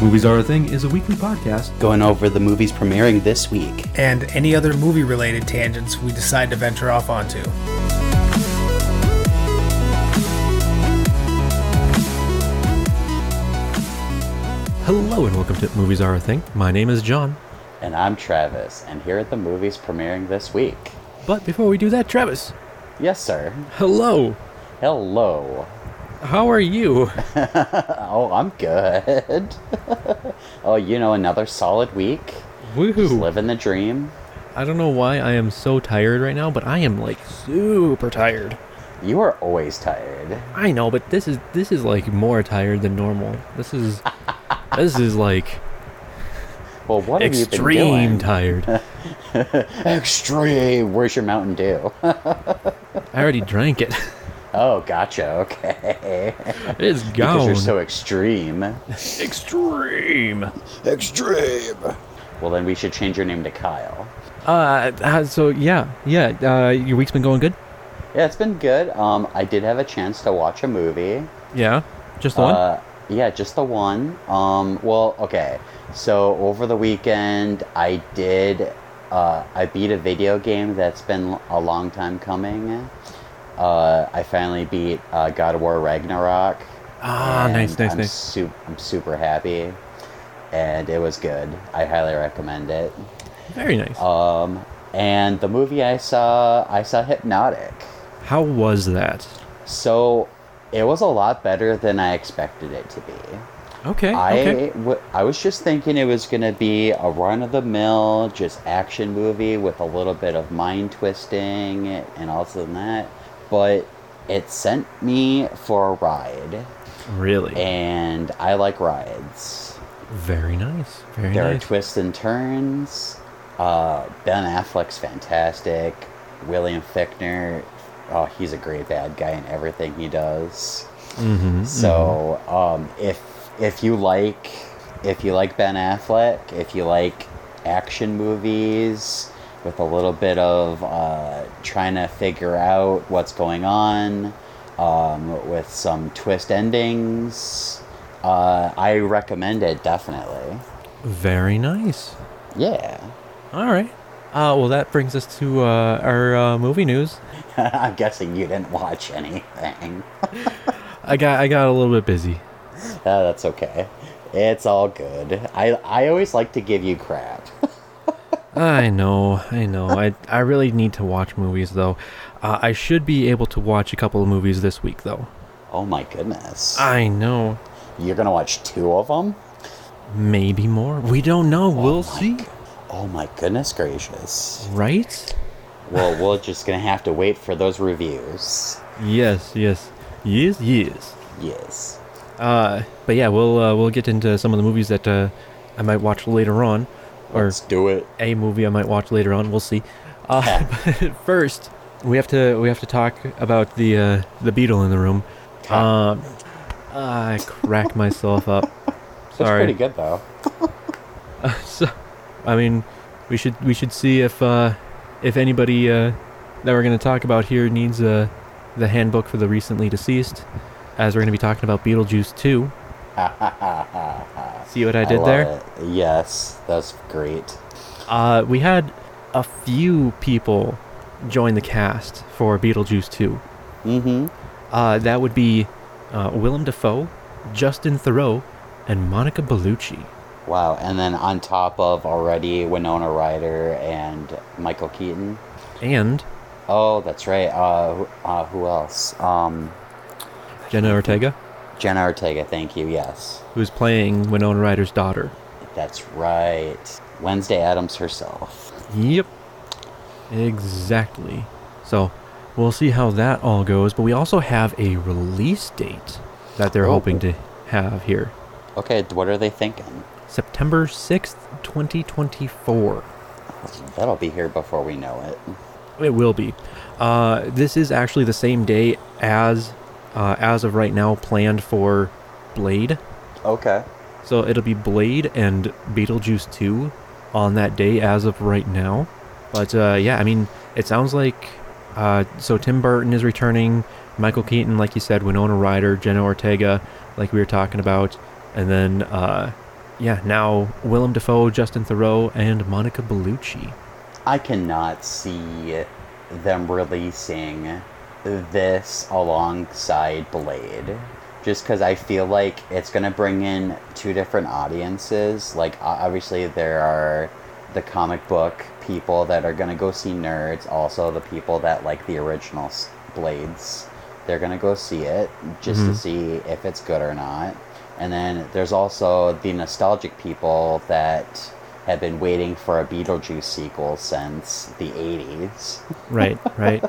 Movies Are a Thing is a weekly podcast. going over the movies premiering this week. and any other movie related tangents we decide to venture off onto. Hello and welcome to Movies Are a Thing. My name is John. And I'm Travis, and here at the movies premiering this week. But before we do that, Travis, Yes, sir. hello. Hello. How are you? Oh, I'm good. oh, you know, another solid week. Just Woohoo. living the dream. I don't know why I am so tired right now, but I am like super tired. You are always tired. I know, but this is this is like more tired than normal. This is this is like Well, what have you been extreme doing? tired. Extreme. Where's your Mountain Dew? I already drank it. oh, gotcha. Okay. It's Because gone. you're so extreme. extreme. extreme. Well, then we should change your name to Kyle. Uh, uh, so yeah, yeah. Uh, your week's been going good. Yeah, it's been good. Um, I did have a chance to watch a movie. Yeah, just the one. Uh, yeah, just the one. Um, well, okay. So over the weekend, I did. Uh, I beat a video game that's been a long time coming. Uh, I finally beat uh, God of War Ragnarok. Ah, nice, and nice, I'm nice. Su- I'm super happy, and it was good. I highly recommend it. Very nice. Um, and the movie I saw, I saw Hypnotic. How was that? So it was a lot better than I expected it to be. Okay. I okay. w- I was just thinking it was going to be a run of the mill, just action movie with a little bit of mind twisting and also that. But it sent me for a ride, Really. and I like rides. Very nice. Very There nice. are twists and turns. Uh, ben Affleck's fantastic. William Fickner, oh, he's a great bad guy in everything he does. mm-hmm. So um, if if you like if you like Ben Affleck, if you like action movies with a little bit of uh, trying to figure out what's going on, um, with some twist endings, uh, I recommend it definitely. Very nice. Yeah, All right. Uh, well, that brings us to uh, our uh, movie news. I'm guessing you didn't watch anything. I got I got a little bit busy. Ah, that's okay. It's all good. I I always like to give you crap. I know, I know. I I really need to watch movies though. Uh, I should be able to watch a couple of movies this week though. oh my goodness. I know. You're gonna watch two of them? Maybe more. We don't know. we'll see. Oh my goodness gracious! Right? Well, we're just gonna have to wait for those reviews. Yes, yes. Yes, yes. Yes. Uh, but yeah, we'll uh, we'll get into some of the movies that uh, I might watch later on, or Let's do it. a movie I might watch later on. We'll see. Uh, but first, we have to we have to talk about the uh, the beetle in the room. Um, I crack myself up. That's Sorry. pretty good though. So, I mean, we should we should see if uh, if anybody uh, that we're going to talk about here needs uh, the handbook for the recently deceased, as we're going to be talking about Beetlejuice 2. see what I did love there? it. Yes, that's great. Uh, we had a few people join the cast for Beetlejuice 2. Mm-hmm. Uh, that would be uh, Willem Dafoe, Justin Thoreau, and Monica Bellucci. Wow. And then on top of already Winona Ryder and Michael Keaton. And Oh, that's right. Uh, who- uh who else? Um, Jenna Ortega, Jenna Ortega. Thank you. Yes, who's playing Winona Ryder's daughter. that's right. Wednesday Adams herself. Yep. Exactly. So we'll see how that all goes, but we also have a release date that they're Oh. hoping to have here. Okay, what are they thinking? September 6th, 2024. That'll be here before we know it. It will be. Uh, this is actually the same day as, uh, as of right now, planned for Blade. Okay. So it'll be Blade and Beetlejuice 2 on that day as of right now. But uh, yeah, I mean, it sounds like uh, so Tim Burton is returning, Michael Keaton, like you said, Winona Ryder, Jenna Ortega, like we were talking about, and then uh, yeah, now Willem Dafoe, Justin Thoreau, and Monica Bellucci. I cannot see them releasing this alongside Blade. Just because I feel like it's going to bring in two different audiences. Like, o- obviously, there are the comic book people that are going to go see Nerds, also, the people that like the original s- Blades. They're going to go see it just to Mhm. see if it's good or not. And then there's also the nostalgic people that have been waiting for a Beetlejuice sequel since the 80s. Right, right.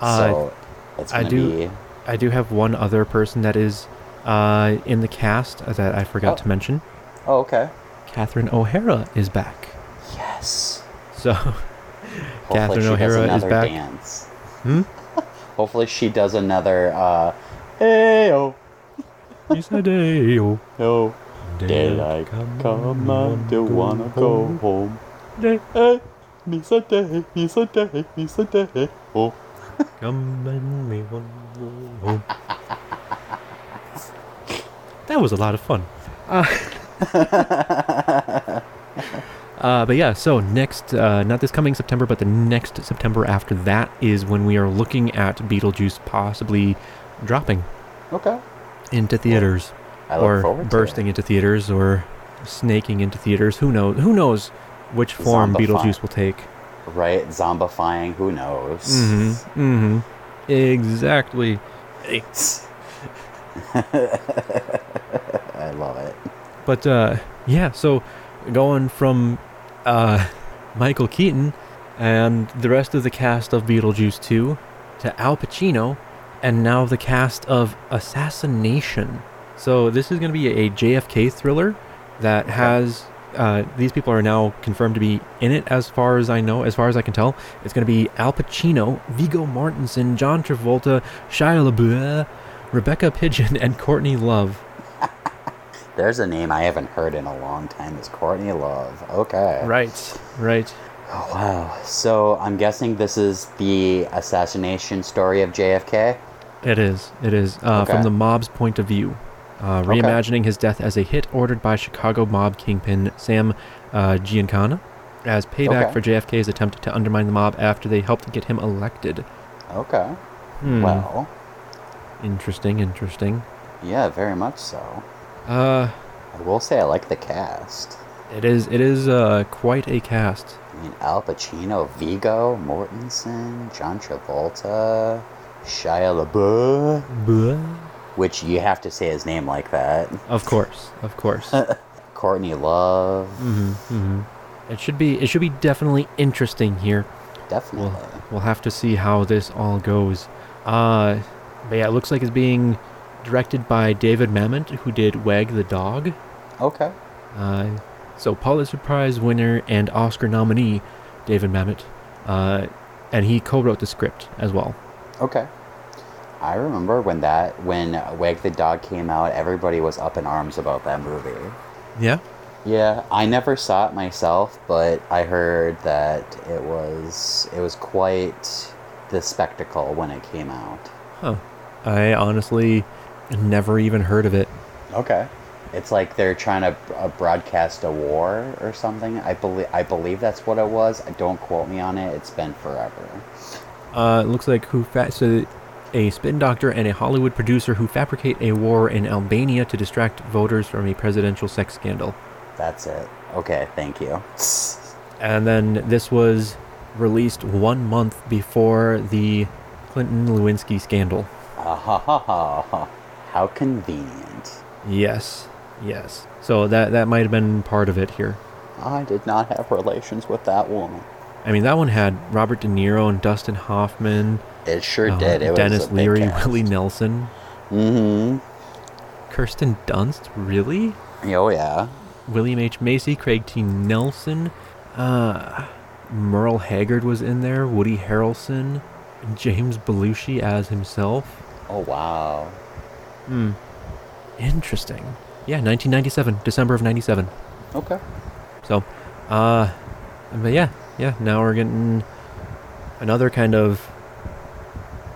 Uh, so it's I gonna do- be I do have one other person that is uh, in the cast that I forgot Oh. to mention. Oh okay. Catherine O'Hara is back. Yes. So, Hopefully Catherine she does O'Hara is another back. dance. hmm? Hopefully she does another uh hey oh You said, oh, "Ayo, no daylight daylight come on do wanna go home. Day- Hey miss a day, miss a day, miss a day. Oh Come and we wanna go home." That was a lot of fun. Uh, uh, but yeah, so next, uh, not this coming September, but the next September after that is when we are looking at Beetlejuice possibly dropping okay. into theaters. I look or forward to bursting into theaters or snaking into theaters. Who knows? Who knows which form Zombify. Beetlejuice will take? it. Right? Zombifying, who knows? Mm-hmm. Mm-hmm. Exactly. I love it. But uh, yeah, so going from uh, Michael Keaton and the rest of the cast of Beetlejuice 2 to Al Pacino and now the cast of Assassination. So this is going to be a JFK thriller that has. Uh, these people are now confirmed to be in it, as far as I know, as far as I can tell. It's going to be Al Pacino, Vigo Mortensen, John Travolta, Shia LaBeouf, Rebecca Pigeon, and Courtney Love. There's a name I haven't heard in a long time. It's Courtney Love. Okay. Right, right. Oh, wow. So I'm guessing this is the assassination story of JFK. It is. It is. Uh, Okay. From the mob's point of view, uh, reimagining his death as a hit ordered by Chicago mob kingpin Sam uh, Giancana as payback Okay. for JFK's attempt to undermine the mob after they helped get him elected. Okay. Hmm. Well, Interesting, interesting. yeah, very much so. Uh, I will say I like the cast. it is. It is uh, quite a cast. I mean, Al Pacino, Vigo, Mortensen, John Travolta, Shia LaBeouf, which you have to say his name like that. Of course, of course. Courtney Love, hmm hmm It should be. It should be definitely interesting here. definitely. We'll, we'll have to see how this all goes. Uh, but yeah, it looks like it's being directed by David Mamet, who did Wag the Dog. Okay. Uh, so Pulitzer Prize winner and Oscar nominee, David Mamet. Uh, and he co-wrote the script as well. Okay. I remember when that when Wag the Dog came out, everybody was up in arms about that movie. Yeah. Yeah, I never saw it myself, but I heard that it was it was quite the spectacle when it came out. Huh. I honestly never even heard of it. Okay. It's like they're trying to uh, broadcast a war or something. I believe I believe that's what it was. Don't quote me on it. It's been forever. Uh, it looks like who fa- so a spin doctor and a Hollywood producer who fabricate a war in Albania to distract voters from a presidential sex scandal. That's it. Okay, thank you. And then this was released one month before the Clinton Lewinsky scandal. Ah, ha, ha, ha, ha. How convenient. Yes, yes. So that that might have been part of it here. I did not have relations with that woman. I mean, that one had Robert De Niro and Dustin Hoffman, It sure uh, did. It Dennis was a Leary, big cast. Willie Nelson, Mhm. Kirsten Dunst, really? Oh yeah. William H. Macy, Craig T. Nelson, uh, Merle Haggard was in there, Woody Harrelson, James Belushi as himself. Oh wow. Hmm. Interesting. Yeah, 1997, December of 97. Okay. So, uh, but yeah, yeah, now we're getting another kind of,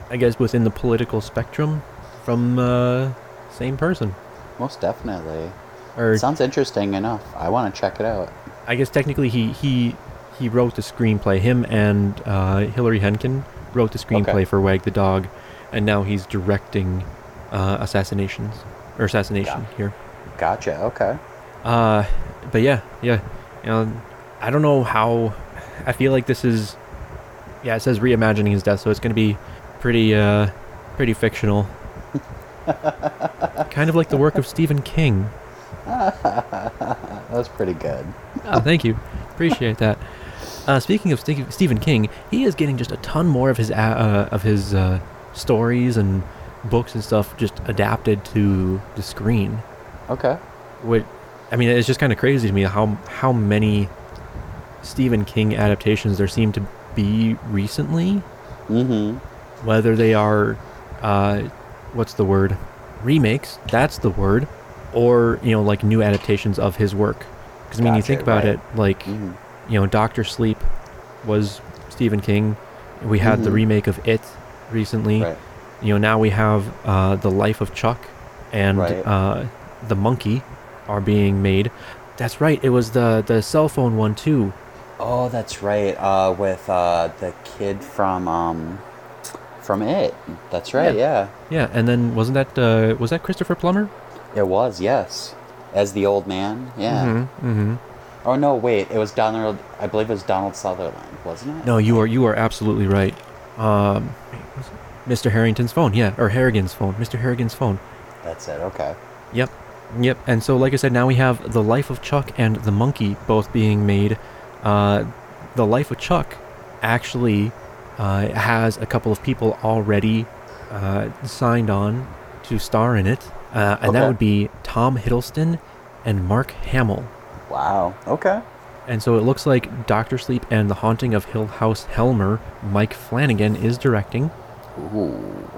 I guess, within the political spectrum from, uh, same person. Most definitely. or Sounds interesting enough. I want to check it out. I guess technically he he he wrote the screenplay. Him and uh, Hillary Henkin wrote the screenplay for Wag the Dog, and now he's directing uh, Assassinations or Assassination here. Gotcha. Okay. Uh, but yeah, yeah. You know, I don't know how. I feel like this is. Yeah, it says reimagining his death, so it's going to be pretty, uh, pretty fictional. kind of like the work of Stephen King. That was pretty good. Oh, thank you. Appreciate that. Uh, speaking of Ste- Stephen King, he is getting just a ton more of his a- uh, of his uh, stories and books and stuff just adapted to the screen. Okay. Which, I mean, it's just kind of crazy to me how how many Stephen King adaptations there seem to be recently. Mm-hmm. Whether they are, uh, what's the word, remakes? That's the word, or you know, like new adaptations of his work. Because I mean, you Gotcha, think about right. it, like Mhm. you know, Doctor Sleep was Stephen King. We had the Mhm. remake of It recently. Right. You know, now we have uh, the Life of Chuck and Right. uh, the Monkey are being made. That's right. It was the the cell phone one too. Oh, that's right. Uh, with uh, the kid from um, from it. That's right. Yeah. Yeah, and then wasn't that uh, was that Christopher Plummer? It was. Yes. As the old man. Yeah. Mm-hmm. Oh no! Wait. It was Donald. I believe it was Donald Sutherland, wasn't it? No, you are you are absolutely right. Um, Mr. Harrington's phone, yeah, or Harrigan's phone, Mr. Harrigan's phone. That's it. Okay. Yep. Yep. And so, like I said, now we have The Life of Chuck and The Monkey both being made. Uh, the Life of Chuck actually uh, has a couple of people already uh, signed on to star in it. Uh, and that Okay. would be Tom Hiddleston and Mark Hamill. Wow. Okay. And so it looks like Doctor Sleep and The Haunting of Hill House Helmer, Mike Flanagan is directing. Ooh.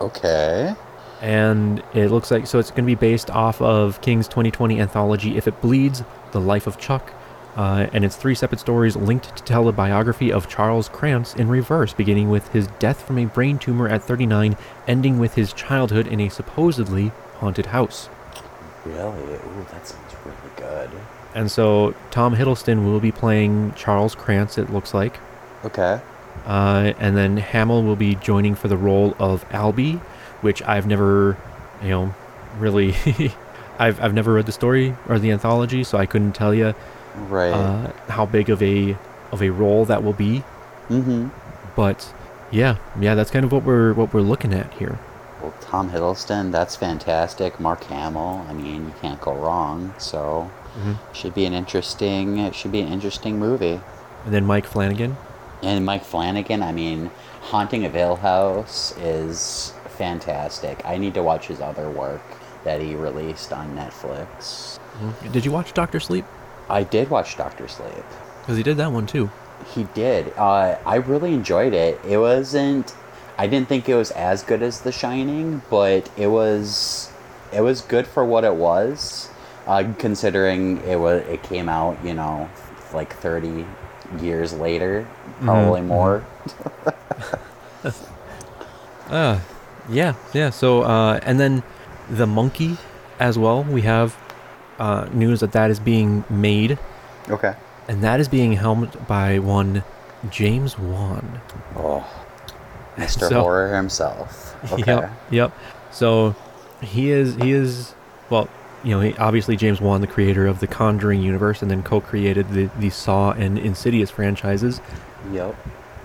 Okay. and it looks like so it's going to be based off of King's 2020 anthology If It Bleeds: The Life of Chuck, uh, and it's three separate stories linked to tell the biography of Charles Krantz in reverse, beginning with his death from a brain tumor at 39, ending with his childhood in a supposedly haunted house. Really? Ooh, that sounds really good. And so Tom Hiddleston will be playing Charles Krantz. It looks like. Okay. Uh, and then Hamill will be joining for the role of Albie, which I've never, you know, really, I've I've never read the story or the anthology, so I couldn't tell you Right. uh, how big of a of a role that will be. mm-hmm. But yeah, yeah, that's kind of what we're what we're looking at here. Well, Tom Hiddleston, that's fantastic. Mark Hamill, I mean, you can't go wrong. So, should be an interesting, it should be an interesting movie. And then Mike Flanagan. And Mike Flanagan, I mean, Haunting of Hill House is fantastic. I need to watch his other work that he released on Netflix. Did you watch Doctor Sleep? I did watch Doctor Sleep. Because he did that one too. He did. Uh, I really enjoyed it. It wasn't. I didn't think it was as good as The Shining, but it was. It was good for what it was, uh, considering it was. It came out, you know, like thirty years later, probably more. Uh, yeah, yeah. So, uh, and then the monkey as well. We have uh, news that that is being made. Okay. and that is being helmed by one James Wan. Oh, Mr. So- Horror himself. Okay. Yep. Yep. So he is he is well, you know, he, obviously James Wan, the creator of the Conjuring universe, and then co-created the the Saw and Insidious franchises. Yep.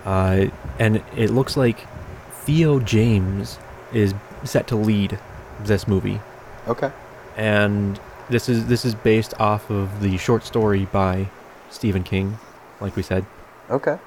Uh, and it looks like Theo James is set to lead this movie, Okay. and this is this is based off of the short story by Stephen King, like we said. Okay.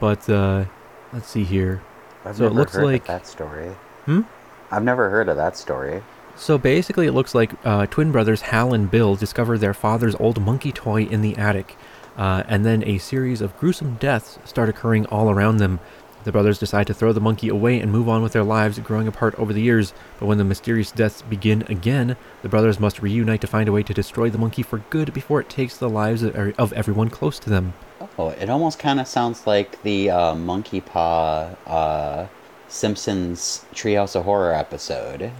But uh, let's see here. I've So it never looks heard of like- that story. Hmm. I've never heard of that story. So basically, it looks like uh, twin brothers Hal and Bill discover their father's old monkey toy in the attic, uh, and then a series of gruesome deaths start occurring all around them. The brothers decide to throw the monkey away and move on with their lives, growing apart over the years. But when the mysterious deaths begin again, the brothers must reunite to find a way to destroy the monkey for good before it takes the lives of er- of everyone close to them. Oh, it almost kind of sounds like the uh, Monkey Paw uh, Simpsons Treehouse of Horror episode.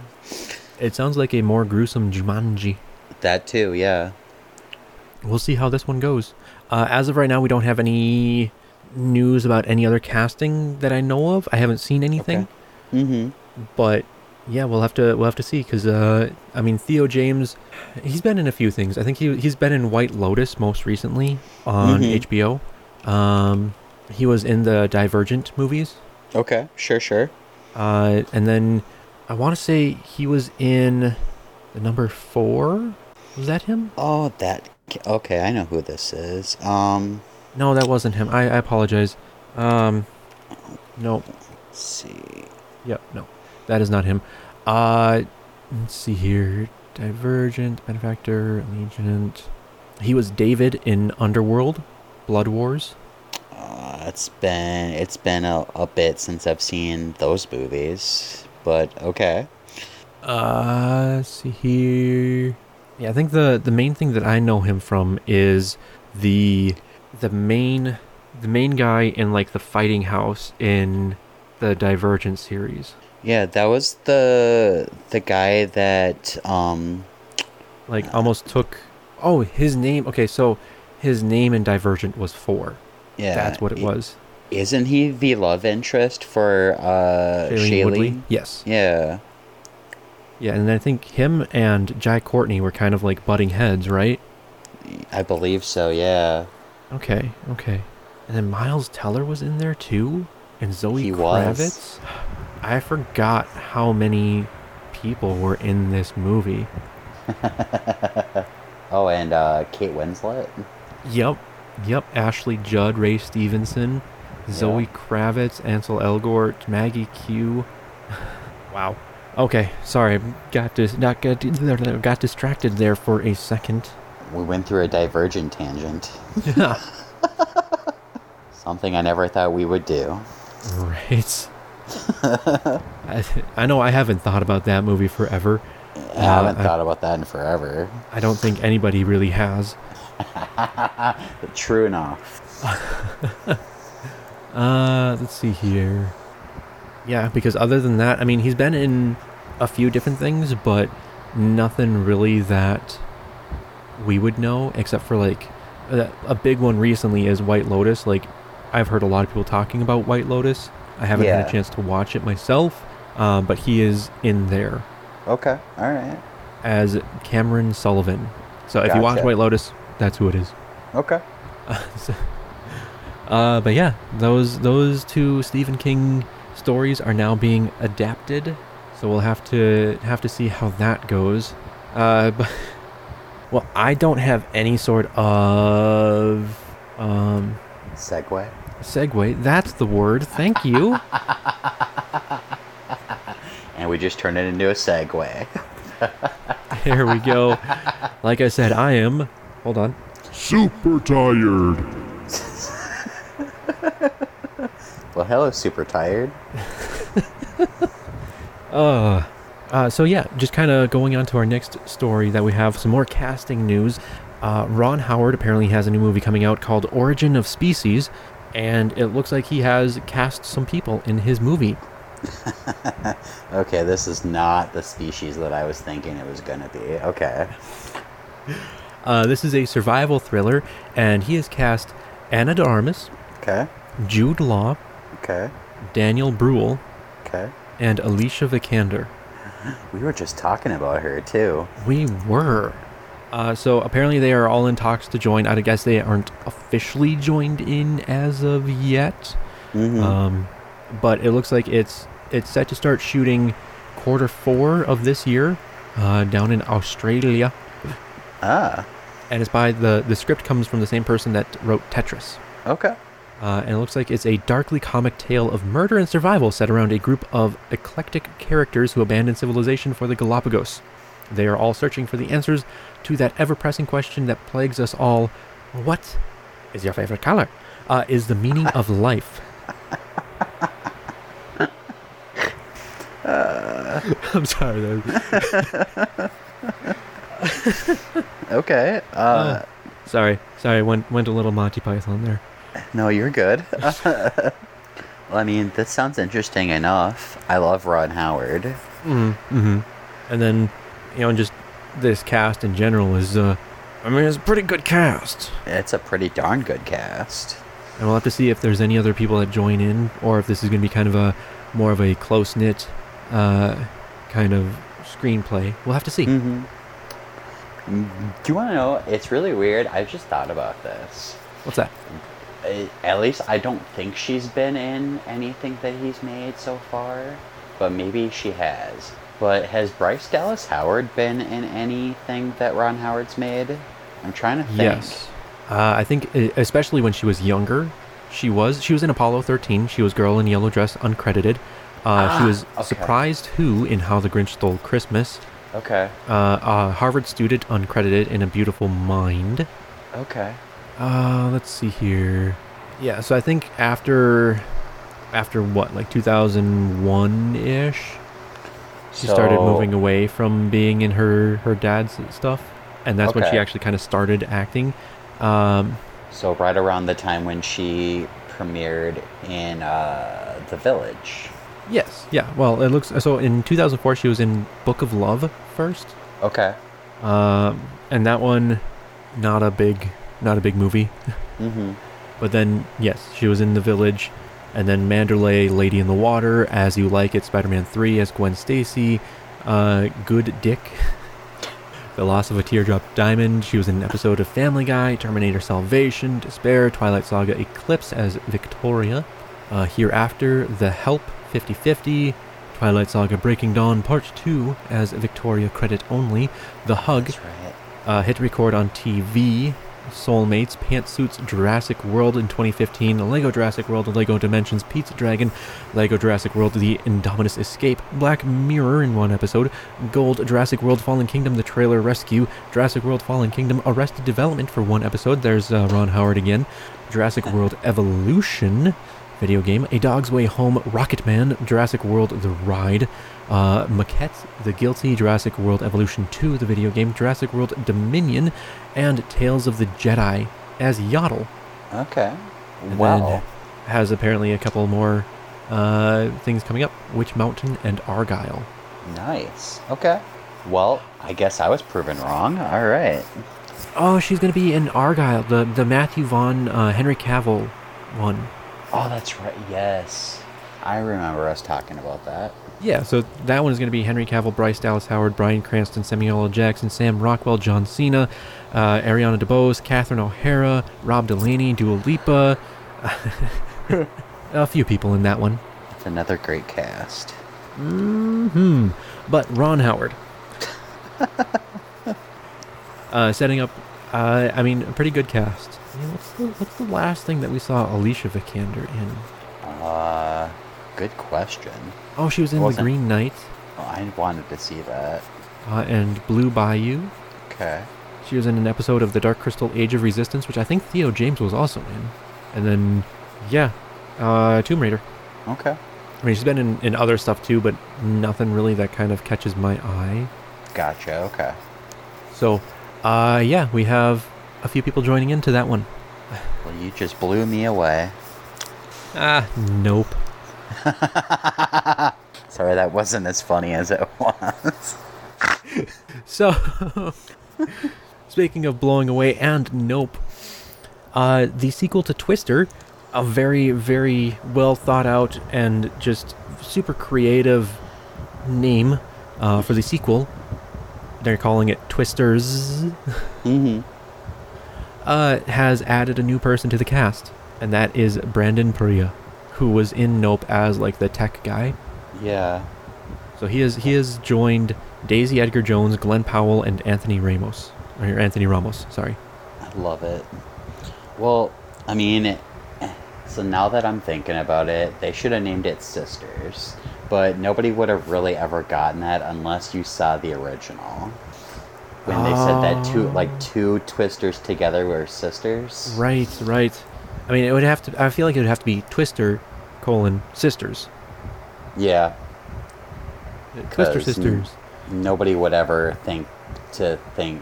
It sounds like a more gruesome Jumanji. That too, yeah. We'll see how this one goes. Uh, as of right now, we don't have any news about any other casting that I know of. I haven't seen anything. Okay. Mm-hmm. but yeah, we'll have to we'll have to see because uh, I mean Theo James, he's been in a few things. I think he he's been in White Lotus most recently on Mhm. HBO. Um, he was in the Divergent movies, Okay, sure, sure. uh, and then I want to say he was in the number four. Was that him? Oh, that. Okay, I know who this is. Um, No, that wasn't him. I, I apologize. Um, no, let's see. Yep, no, that is not him. Uh, let's see here. Divergent, Benefactor, Allegiant. He was David in Underworld, Blood Wars. Uh, it's been it's been a, a bit since I've seen those movies, but okay. Uh, let's see here. Yeah, I think the the main thing that I know him from is the the main the main guy in like the fighting house in the Divergent series. Yeah, that was the the guy that um Like almost took. Oh, his name. Okay, so his name in Divergent was Four. yeah That's what it was. Isn't he the love interest for uh Shailene Shailene? Woodley. Yes. Yeah. Yeah, and I think him and Jai Courtney were kind of like butting heads, right? I believe so, yeah. Okay, okay. And then Miles Teller was in there too, and Zoe He was. Kravitz. I forgot how many people were in this movie. Oh, and uh Kate Winslet. Yep, yep. Ashley Judd, Ray Stevenson, Zoe Yeah. Kravitz, Ansel Elgort, Maggie Q. wow. Okay, sorry, got dis- not got, got distracted there for a second. We went through a divergent tangent. Yeah. Something I never thought we would do. Right. I, I know I haven't thought about that movie forever. I haven't thought about that in forever. I don't think anybody really has. But true enough. Uh, let's see here. Yeah, because other than that, I mean, he's been in a few different things, but nothing really that we would know, except for like a, a big one recently is White Lotus. Like, I've heard a lot of people talking about White Lotus. I haven't had Yeah. a chance to watch it myself, um, but he is in there. Okay, all right. as Cameron Sullivan. So if you watch Gotcha. White Lotus, that's who it is. Okay. Uh, but yeah, those those two Stephen King stories are now being adapted, so we'll have to have to see how that goes. Uh, but, well, I don't have any sort of um, Segway. segue. That's the word. Thank you. And we just turned it into a segue. there we go. Like I said, I am. Hold on. Super tired. Well, hello, super tired. Uh, uh, so yeah, just kind of going on to our next story that we have some more casting news. Uh, Ron Howard apparently has a new movie coming out called Origin of Species, and it looks like he has cast some people in his movie. Okay, this is not the species that I was thinking it was gonna be. Okay. Uh, this is a survival thriller, and he has cast Anna de Armas, Okay. Jude Law, Okay. Daniel Bruhl, Okay. and Alicia Vikander. We were just talking about her too. We were. Uh, so apparently they are all in talks to join. I guess they aren't officially joined in as of yet. Mm. Uh, Um, but it looks like it's it's set to start shooting quarter four of this year uh, down in Australia, Ah. and it's by the the script comes from the same person that wrote Tetris. Okay. Uh, and it looks like it's a darkly comic tale of murder and survival set around a group of eclectic characters who abandon civilization for the Galapagos. They are all searching for the answers to that ever pressing question that plagues us all What is your favorite color? Uh, is the meaning of life? I'm sorry, that was- Okay. Uh, sorry, sorry, went, went a little Monty Python there. No, you're good. well, I mean, this sounds interesting enough. I love Ron Howard. Mm-hmm. And then, you know, and just this cast in general is, uh, I mean, it's a pretty good cast. It's a pretty darn good cast. And we'll have to see if there's any other people that join in, or if this is going to be kind of a more of a close knit uh, kind of screenplay. We'll have to see. Mm-hmm. Do you want to know? It's really weird. I just thought about this. What's that? I- At least I don't think she's been in anything that he's made so far, but maybe she has. But has Bryce Dallas Howard been in anything that Ron Howard's made? I'm trying to think. Yes. Uh, I think, e- especially when she was younger, she was she was in Apollo 13. She was girl in yellow dress, uncredited. Uh, she Ah, was okay. surprised who in How the Grinch Stole Christmas. Okay. Uh, a Harvard student, uncredited in A Beautiful Mind. Okay. Uh, let's see here. Yeah, so I think after, after what, like 2001 ish, she started So- moving away from being in her her dad's stuff, and that's when she Okay. actually kind of started acting. Um, So right around the time when she premiered in uh, The Village. yes, yeah. Well, it looks so. In 2004, she was in Book of Love first, Okay. um, and that one, not a big, not a big movie. Mm-hmm. But then, yes, she was in the village, and then Mandalay, Lady in the Water, As You Like It, Spider-Man Three as Gwen Stacy, uh, Good Dick, The Loss of a Teardrop Diamond. She was in an episode of Family Guy, Terminator Salvation, Despair, Twilight Saga, Eclipse as Victoria, uh, Hereafter, The Help, 50-50, Twilight Saga Breaking Dawn Part Two as Victoria Credit Only, The Hug, That's right. uh, hit record on TV. Soulmates, Pantsuits, Jurassic World in 2015, Lego Jurassic World, Lego Dimensions, Pizza Dragon, Lego Jurassic World, The Indominus Escape, Black Mirror in one episode, Gold, Jurassic World, Fallen Kingdom, The Trailer Rescue, Jurassic World, Fallen Kingdom, Arrested Development for one episode, there's uh, Ron Howard again, Jurassic World Evolution, video game, A Dog's Way Home, Rocket Man, Jurassic World The Ride, uh, Maquette, The Guilty, Jurassic World Evolution 2, the video game, Jurassic World Dominion, and Tales of the Jedi as Yaddle. Okay. And Wow. then has apparently a couple more uh, things coming up Witch Mountain and Argyle. Nice. Okay. Well, I guess I was proven wrong. All right. Oh, she's going to be in Argyle, the, the Matthew Vaughn, uh, Henry Cavill one. Oh, that's right. Yes. I remember us talking about that. Yeah, so that one is going to be Henry Cavill, Bryce Dallas Howard, Brian Cranston, Samuel L. Jackson, Sam Rockwell, John Cena, uh, Ariana DeBose, Catherine O'Hara, Rob Delaney, Dua Lipa. a few people in that one. It's another great cast. Hmm. But Ron Howard. uh, setting up, uh, I mean, a pretty good cast. I mean, what's, the, what's the last thing that we saw Alicia Vikander in? Uh, good question. Oh, she was in The Wasn't- Green Knight Oh, I wanted to see that. uh, and Blue Bayou. Okay. She was in an episode of The Dark Crystal Age of Resistance, which I think Theo James was also in. And then, yeah, uh, Tomb Raider. Okay. I mean, she's been in, in other stuff too, but nothing really that kind of catches my eye. Gotcha. Okay. So, uh, yeah, we have a few people joining into that one. Well, you just blew me away. Ah, nope. Sorry, that wasn't as funny as it was. So, speaking of blowing away and nope, uh, the sequel to Twister, a very, very well thought out and just super creative name uh, for the sequel. They're calling it Twisters. mm-hmm. Uh, has added a new person to the cast, and that is Brandon Perea, who was in Nope as like the tech guy. Yeah. So he is he has joined Daisy Edgar Jones, Glenn Powell, and Anthony Ramos. Or Anthony Ramos, sorry. I love it. Well, I mean, so now that I'm thinking about it, they should have named it Sisters, but nobody would have really ever gotten that unless you saw the original. When they said that two, like two twisters together were sisters. Right, right. I mean, it would have to. I feel like it would have to be Twister, colon sisters. Yeah. Twister 'Cause n- sisters. Nobody would ever think to think.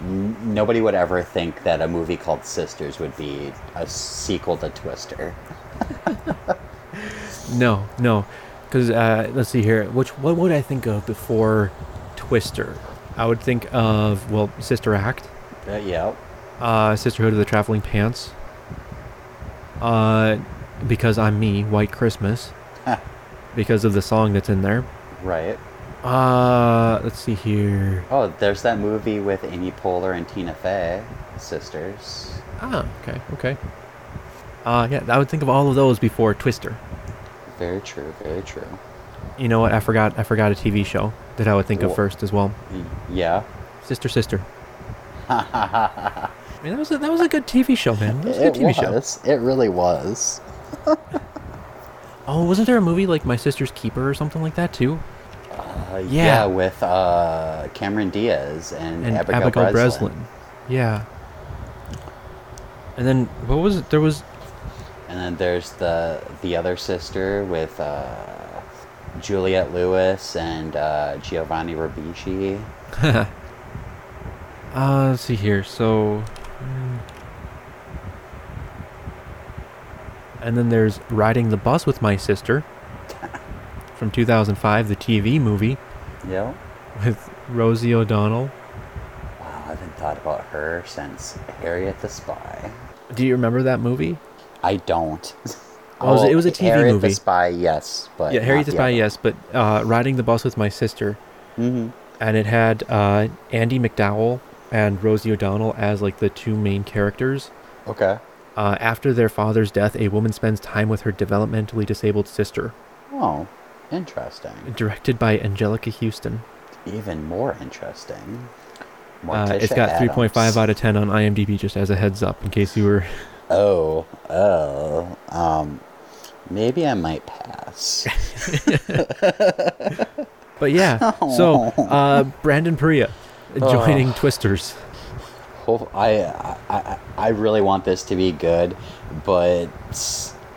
n- Nobody would ever think that a movie called Sisters would be a sequel to Twister. No, no, because uh, let's see here. Which what would I think of before Twister? I would think of well, Sister Act, Uh, yeah. uh, Sisterhood of the Traveling Pants, uh, because I'm me, White Christmas, because of the song that's in there. Right. Uh, let's see here. Oh, there's that movie with Amy Poehler and Tina Fey, sisters. Ah, okay, okay. Uh, yeah, I would think of all of those before Twister. Very true. Very true. You know what? I forgot. I forgot a TV show that I would think of Wha- first as well. Y- Yeah. Sister, sister. I mean, that was a, that was a good TV show, man. That was a good TV show. was. It really was. Oh, wasn't there a movie like My Sister's Keeper or something like that too? Uh, Yeah. yeah. with uh, Cameron Diaz and, And Abigail, Breslin. Yeah. And then what was it? There was And then there's the the other sister with uh, Juliet Lewis and uh, Giovanni Ribisi. uh, let's see here. So, mm. and then there's riding the bus with my sister from 2005, the TV movie Yeah. with Rosie O'Donnell. Wow, I haven't thought about her since Harriet the Spy. Do you remember that movie? I don't. Oh, it was- it was a TV Harriet movie. the Spy, yes, but yeah, Harry the Spy, yes, but uh, riding the bus with my sister, Mm-hmm. and it had uh, Andy McDowell and Rosie O'Donnell as like the two main characters. Okay. Uh, after their father's death, a woman spends time with her developmentally disabled sister. Oh, interesting. Directed by Angelica Houston. Even more interesting. Uh, it's Morticia got 3.5 Adams. out of 10 on IMDb, just as a heads up, in case you were. Oh, oh. Um, maybe I might pass. But yeah, so uh, Brandon Perea joining Twisters. Ho- I, I, I- I really want this to be good, but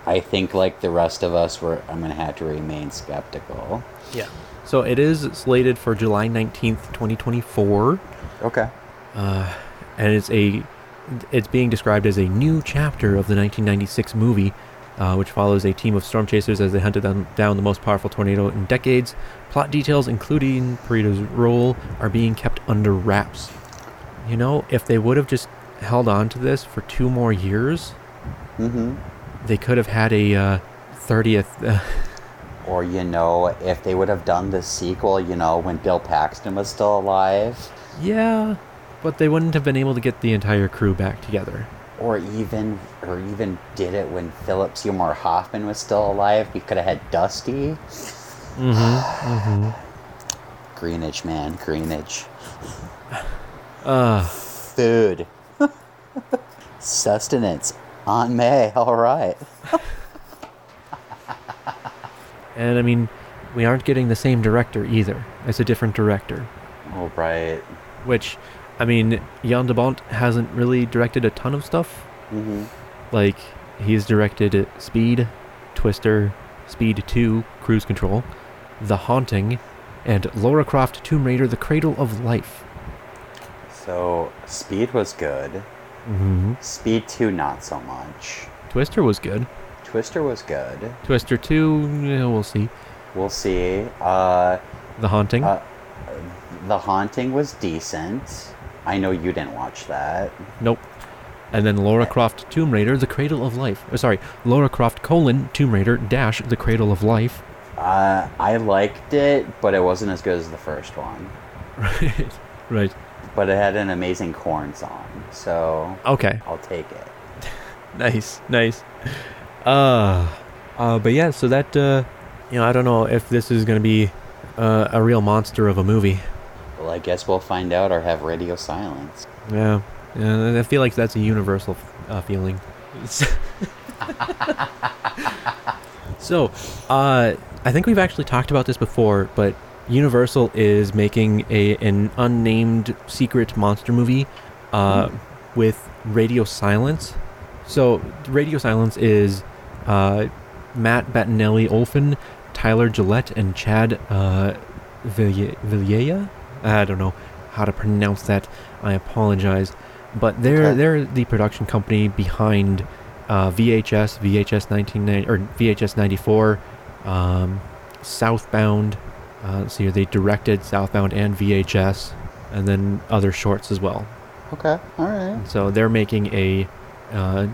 I think like the rest of us, we're, I'm gonna have to remain skeptical. Yeah. So it is slated for July 19th, 2024. Okay. and it's a it's being described as a new chapter of the 1996 movie uh, which follows a team of storm chasers as they hunted them down the most powerful tornado in decades plot details including Perita's role are being kept under wraps you know if they would have just held on to this for two more years Mm-hmm. they could have had a uh, 30th uh, Or you know, if they would have done the sequel, you know, when Bill Paxton was still alive, yeah but they wouldn't have been able to get the entire crew back together or even, or even did it when Philip Seymour Hoffman was still alive, we could have had Dusty. mm-hmm mm-hmm Greenwich, man, Greenwich. uh, Food. Sustenance. On May, all right. And I mean, we aren't getting the same director either. It's a different director, All right. which, I mean, Jan de Bont hasn't really directed a ton of stuff. Mm-hmm. Like, he's directed Speed, Twister, Speed 2, Cruise Control, The Haunting, and Laura Croft Tomb Raider The Cradle of Life. So, Speed was good. Mm-hmm. Speed 2, not so much. Twister was good. Twister was good. Twister 2, yeah, we'll see. We'll see. Uh, The Haunting. uh, the Haunting was decent. I know you didn't watch that. Nope. And then Laura Croft Tomb Raider The Cradle of Life. Oh, sorry, Laura Croft colon Tomb Raider dash The Cradle of Life. Uh, I liked it, but it wasn't as good as the first one. Right. Right. But it had an amazing corn song, so Okay. I'll take it. Nice. Nice. Uh, uh but yeah, so that uh you know, I don't know if this is going to be uh, a real monster of a movie. Well, I guess we'll find out or have radio silence. Yeah. Yeah, I feel like that's a universal uh, feeling. so, uh I think we've actually talked about this before, but Universal is making a an unnamed secret monster movie uh, with Radio Silence. So Radio Silence is uh, Matt Bettinelli Olfin, Tyler Gillette, and Chad uh, Ville- Villea. I don't know how to pronounce that. I apologize, but they're Okay. they're the production company behind uh, VHS, VHS 1990 or VHS 94, um, Southbound. Uh, let's see here, they directed Southbound and VHS. and then other shorts as well. Okay. All right. So they're making a uh,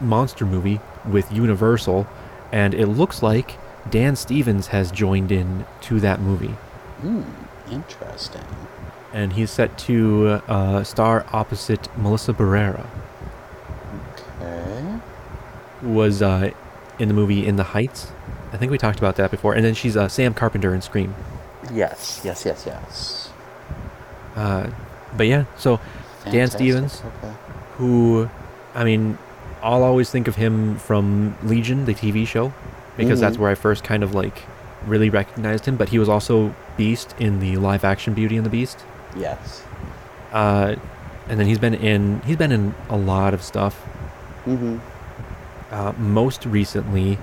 monster movie with Universal, and it looks like Dan Stevens has joined in to that movie, Interesting. and he's set to uh, star opposite Melissa Barrera, Okay. who was uh, in the movie In the Heights. I think we talked about that before, and then she's uh, Sam Carpenter in Scream. Yes. Yes. Yes. Yes. Uh, but yeah, so Dan Fantastic. Stevens, Okay. who, I mean, I'll always think of him from Legion, the TV show, because that's Mhm. where I first kind of like really recognized him. But he was also Beast in the live action Beauty and the Beast, Yes. uh, and then he's been in he's been in a lot of stuff. Mm-hmm. Uh, most recently,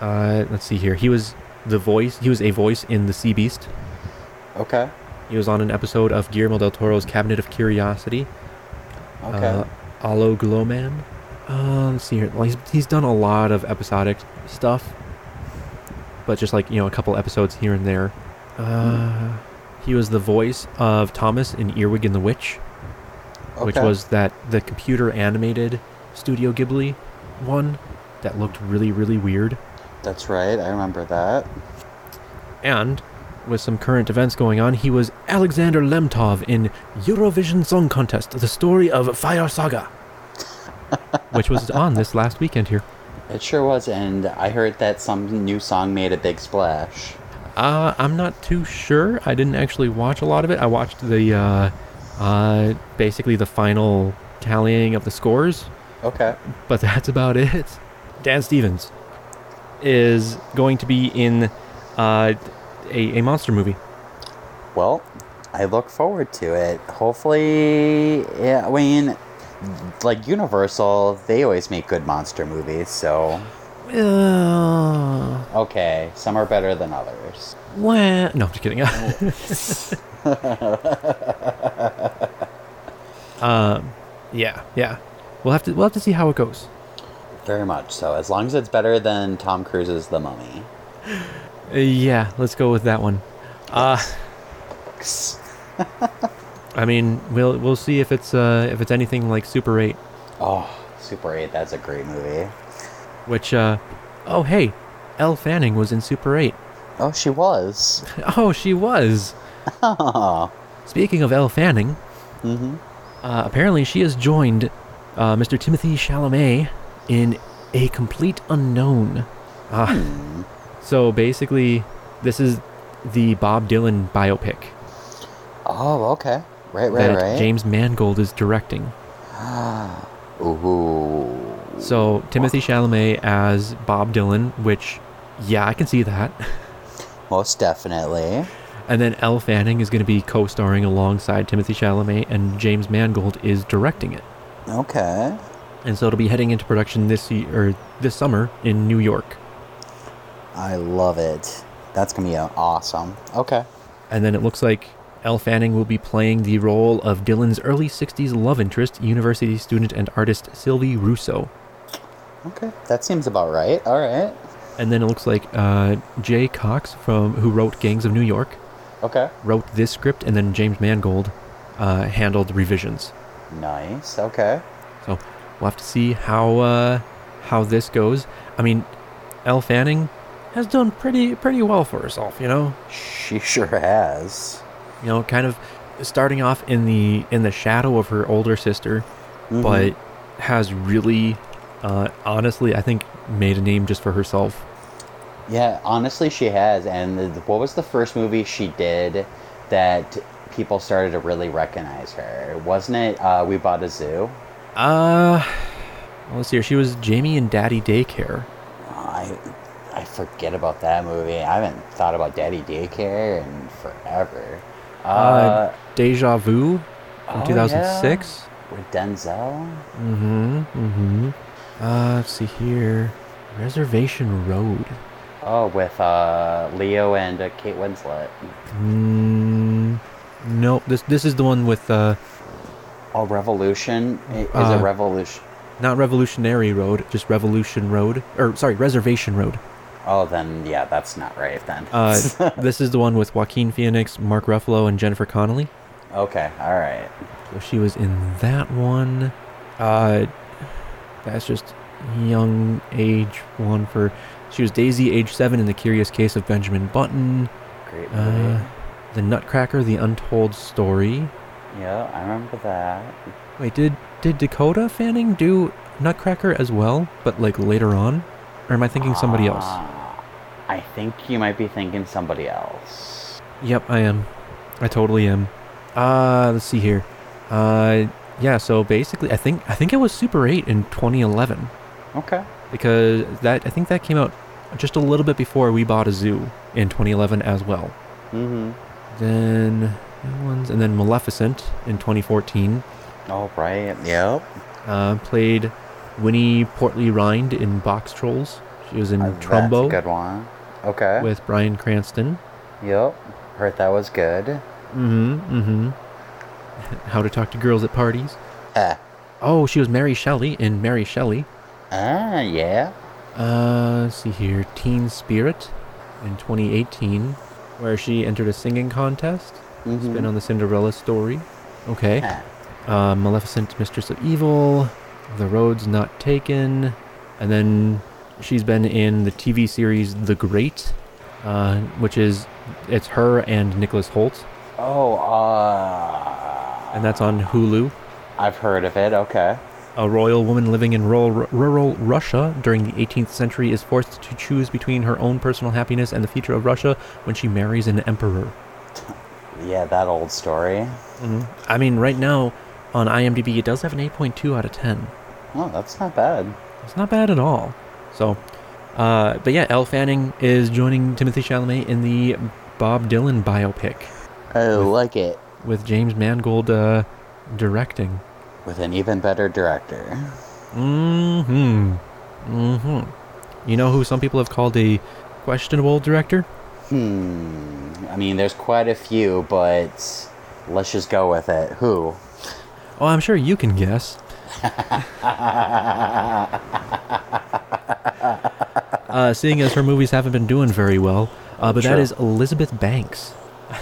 uh, let's see here, he was the voice. He was a voice in the Sea Beast. Okay. He was on an episode of Guillermo del Toro's Cabinet of Curiosity. Okay. Uh, Alo Glowman. Uh, let's see here. Well, he's, he's done a lot of episodic stuff, but just like, you know, a couple episodes here and there. Uh, he was the voice of Thomas in Earwig and the Witch, which Okay. was that the computer animated Studio Ghibli one that looked really, really weird. That's right. I remember that. And with some current events going on, he was Alexander Lemtov in Eurovision Song Contest, the story of Fire Saga, which was on this last weekend here. It sure was, and I heard that some new song made a big splash. Uh, I'm not too sure. I didn't actually watch a lot of it. I watched the uh, uh, basically the final tallying of the scores, Okay. but that's about it. Dan Stevens is going to be in uh, a, a monster movie. Well, I look forward to it. Hopefully, yeah, I mean, like Universal, they always make good monster movies, so Uh, okay, some are better than others. well, no, I'm just kidding. um, yeah, yeah. We'll have to we'll have to see how it goes. Very much so, as long as it's better than Tom Cruise's The Mummy. Uh, yeah, let's go with that one. Uh, I mean, we'll we'll see if it's uh, if it's anything like Super 8, Oh, Super 8, that's a great movie. which uh, oh hey, Elle Fanning was in Super 8. Oh, she was. Oh, she was. Oh, Speaking of Elle Fanning, mm-hmm. uh, apparently she has joined uh, Mr. Timothy Chalamet in A Complete Unknown. Uh, Hmm. So basically, this is the Bob Dylan biopic Oh, okay. Right, right, that right. James Mangold is directing. Ooh. So Timothy Chalamet as Bob Dylan, which yeah, I can see that. Most definitely. And then Elle Fanning is going to be co-starring alongside Timothy Chalamet, and James Mangold is directing it. Okay. And so it'll be heading into production this year, or this summer in New York. I love it. That's gonna be uh, awesome. Okay. And then it looks like Elle Fanning will be playing the role of Dylan's early 60s love interest, university student and artist Sylvie Russo. Okay. That seems about right. All right. And then it looks like uh, Jay Cox, from who wrote Gangs of New York, Okay. wrote this script, and then James Mangold uh, handled revisions. Nice. Okay. So we'll have to see how uh, how this goes. I mean, Elle Fanning has done pretty pretty well for herself, you know. She sure has. You know, kind of starting off in the in the shadow of her older sister, but has really, uh, honestly, I think made a name just for herself. Yeah. Honestly, she has. And the, what was the first movie she did that people started to really recognize her? Wasn't it uh, We Bought a Zoo? Uh, well, let's see here. She was Jamie and Daddy Daycare. I I forget about that movie. I haven't thought about Daddy Daycare in forever. Uh, Uh, Deja Vu oh, from 2006. yeah. with Denzel. Mm-hmm. Mm-hmm. Uh, let's see here. Reservation Road. Oh, with uh, Leo and uh, Kate Winslet. Mm, no, this this is the one with uh, Oh, Revolution i- is Uh, a revolution. not Revolutionary Road, just Revolution Road, or sorry, Reservation Road. Oh, then yeah, that's not right then. Uh, this is the one with Joaquin Phoenix, Mark Ruffalo, and Jennifer Connelly. Okay, all right. So she was in that one. Uh, that's just young age one for. She was Daisy, age seven, in the Curious Case of Benjamin Button. Great movie. Uh, the Nutcracker, the Untold Story. yeah, I remember that. Wait, did did Dakota Fanning do Nutcracker as well, but like later on, or am I thinking somebody else? Ah, I think you might be thinking somebody else. Yep, I am. I totally am. Uh, let's see here. Uh, yeah. So basically, I think I think it was Super Eight in 2011 Okay. because that I think that came out just a little bit before we bought a zoo in 2011 as well. Mm-hmm. Then that one's and then Maleficent in 2014 All right. Yep. uh, played Winnie Portly Rind in Box Trolls. She was in Uh, Trumbo. That's a good one. Okay. with Brian Cranston. Yep. Heard that was good. Mm-hmm. Mm-hmm. How to talk to girls at parties. Ah. Oh, she was Mary Shelley in Mary Shelley. Ah, yeah. Uh, let's see here, Teen Spirit, in 2018, where she entered a singing contest. Mhm. Spin on the Cinderella story. Okay. Ah, Uh, Maleficent, Mistress of Evil, The Roads Not Taken, and then she's been in the TV series The Great, uh, which is it's her and Nicholas Holt, Oh, uh, and that's on Hulu. I've heard of it. Okay. A royal woman living in rural, rural Russia during the 18th century is forced to choose between her own personal happiness and the future of Russia when she marries an emperor. Yeah, that old story. I mean, right now on IMDb, it does have an 8.2 out of 10. Oh, that's not bad. It's not bad at all. So, uh, but yeah, Elle Fanning is joining Timothy Chalamet in the Bob Dylan biopic I like it. with James Mangold uh, directing. With an even better director. Mm-hmm. Mm-hmm. You know who some people have called a questionable director? Hmm. I mean, there's quite a few, but let's just go with it. Who? Oh, I'm sure you can guess. uh, seeing as her movies haven't been doing very well, uh, but that Sure. is Elizabeth Banks.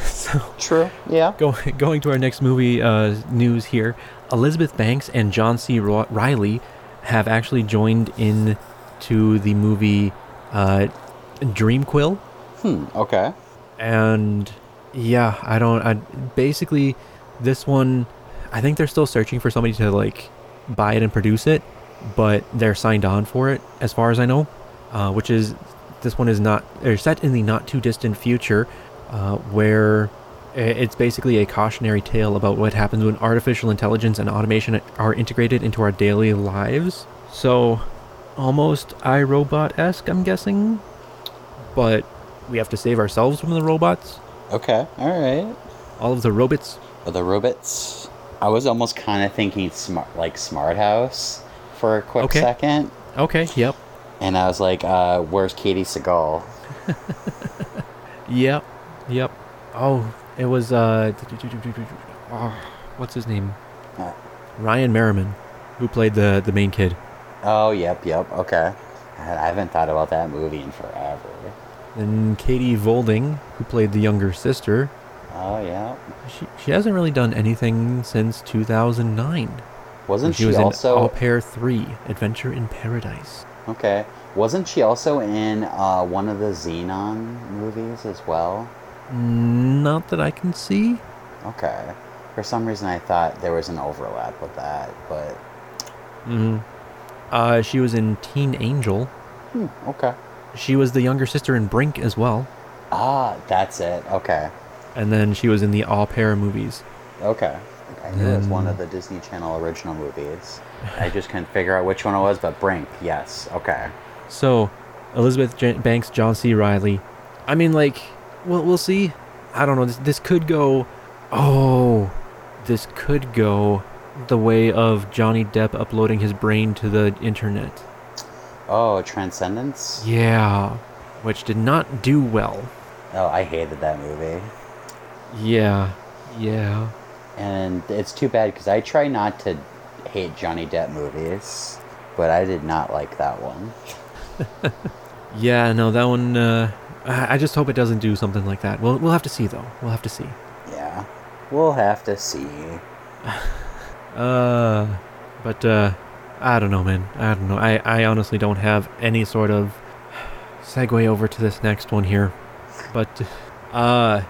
so True. Yeah. go, going to our next movie uh, news here, Elizabeth Banks and John C. Ro- Riley have actually joined in to the movie uh, Dreamquill Hmm. Okay. and yeah i don't i basically this one i think they're still searching for somebody to like buy it and produce it but they're signed on for it as far as i know uh, which is this one is not or set in the not too distant future uh, where i- it's basically a cautionary tale about what happens when artificial intelligence and automation are integrated into our daily lives so almost iRobot-esque i'm guessing but we have to save ourselves from the robots. Okay. All right. All of the robots. Or the robots. I was almost kind of thinking smart, like Smart House, for a quick Okay. second, Okay. Yep. and I was like, uh, "Where's Katie Seagal?" Yep. Yep. Oh, it was uh, oh, what's his name? Uh, Ryan Merriman, who played the the main kid. oh, yep, yep. Okay. God, I haven't thought about that movie in forever. And Katie Volding, who played the younger sister. Oh, yeah. She, she hasn't really done anything since 2009. Wasn't she she, was in Au also Pair 3, Adventure in Paradise. okay? Wasn't she also in uh, one of the Xenon movies as well? Not that I can see. Okay. For some reason, I thought there was an overlap with that, but hmm Uh, she was in Teen Angel. hmm, okay. She was the younger sister in Brink as well. Ah, that's it. Okay. And then she was in the Au Pair movies. Okay. I knew it was one of the Disney Channel original movies. I just couldn't figure out which one it was, but Brink, yes. Okay. So, Elizabeth J- Banks, John C. Riley. I mean, like, we'll, we'll see. I don't know. This, this could go. Oh, this could go the way of Johnny Depp uploading his brain to the internet. Oh, Transcendence? Yeah. Which did not do well. Oh, I hated that movie. Yeah. Yeah. And it's too bad because I try not to hate Johnny Depp movies, but I did not like that one. Yeah, no, that one. Uh, I I just hope it doesn't do something like that. We'll, we'll have to see, though. We'll have to see. Yeah. We'll have to see. Uh, but uh, I don't know, man. I don't know. I, I honestly don't have any sort of segue over to this next one here. But uh,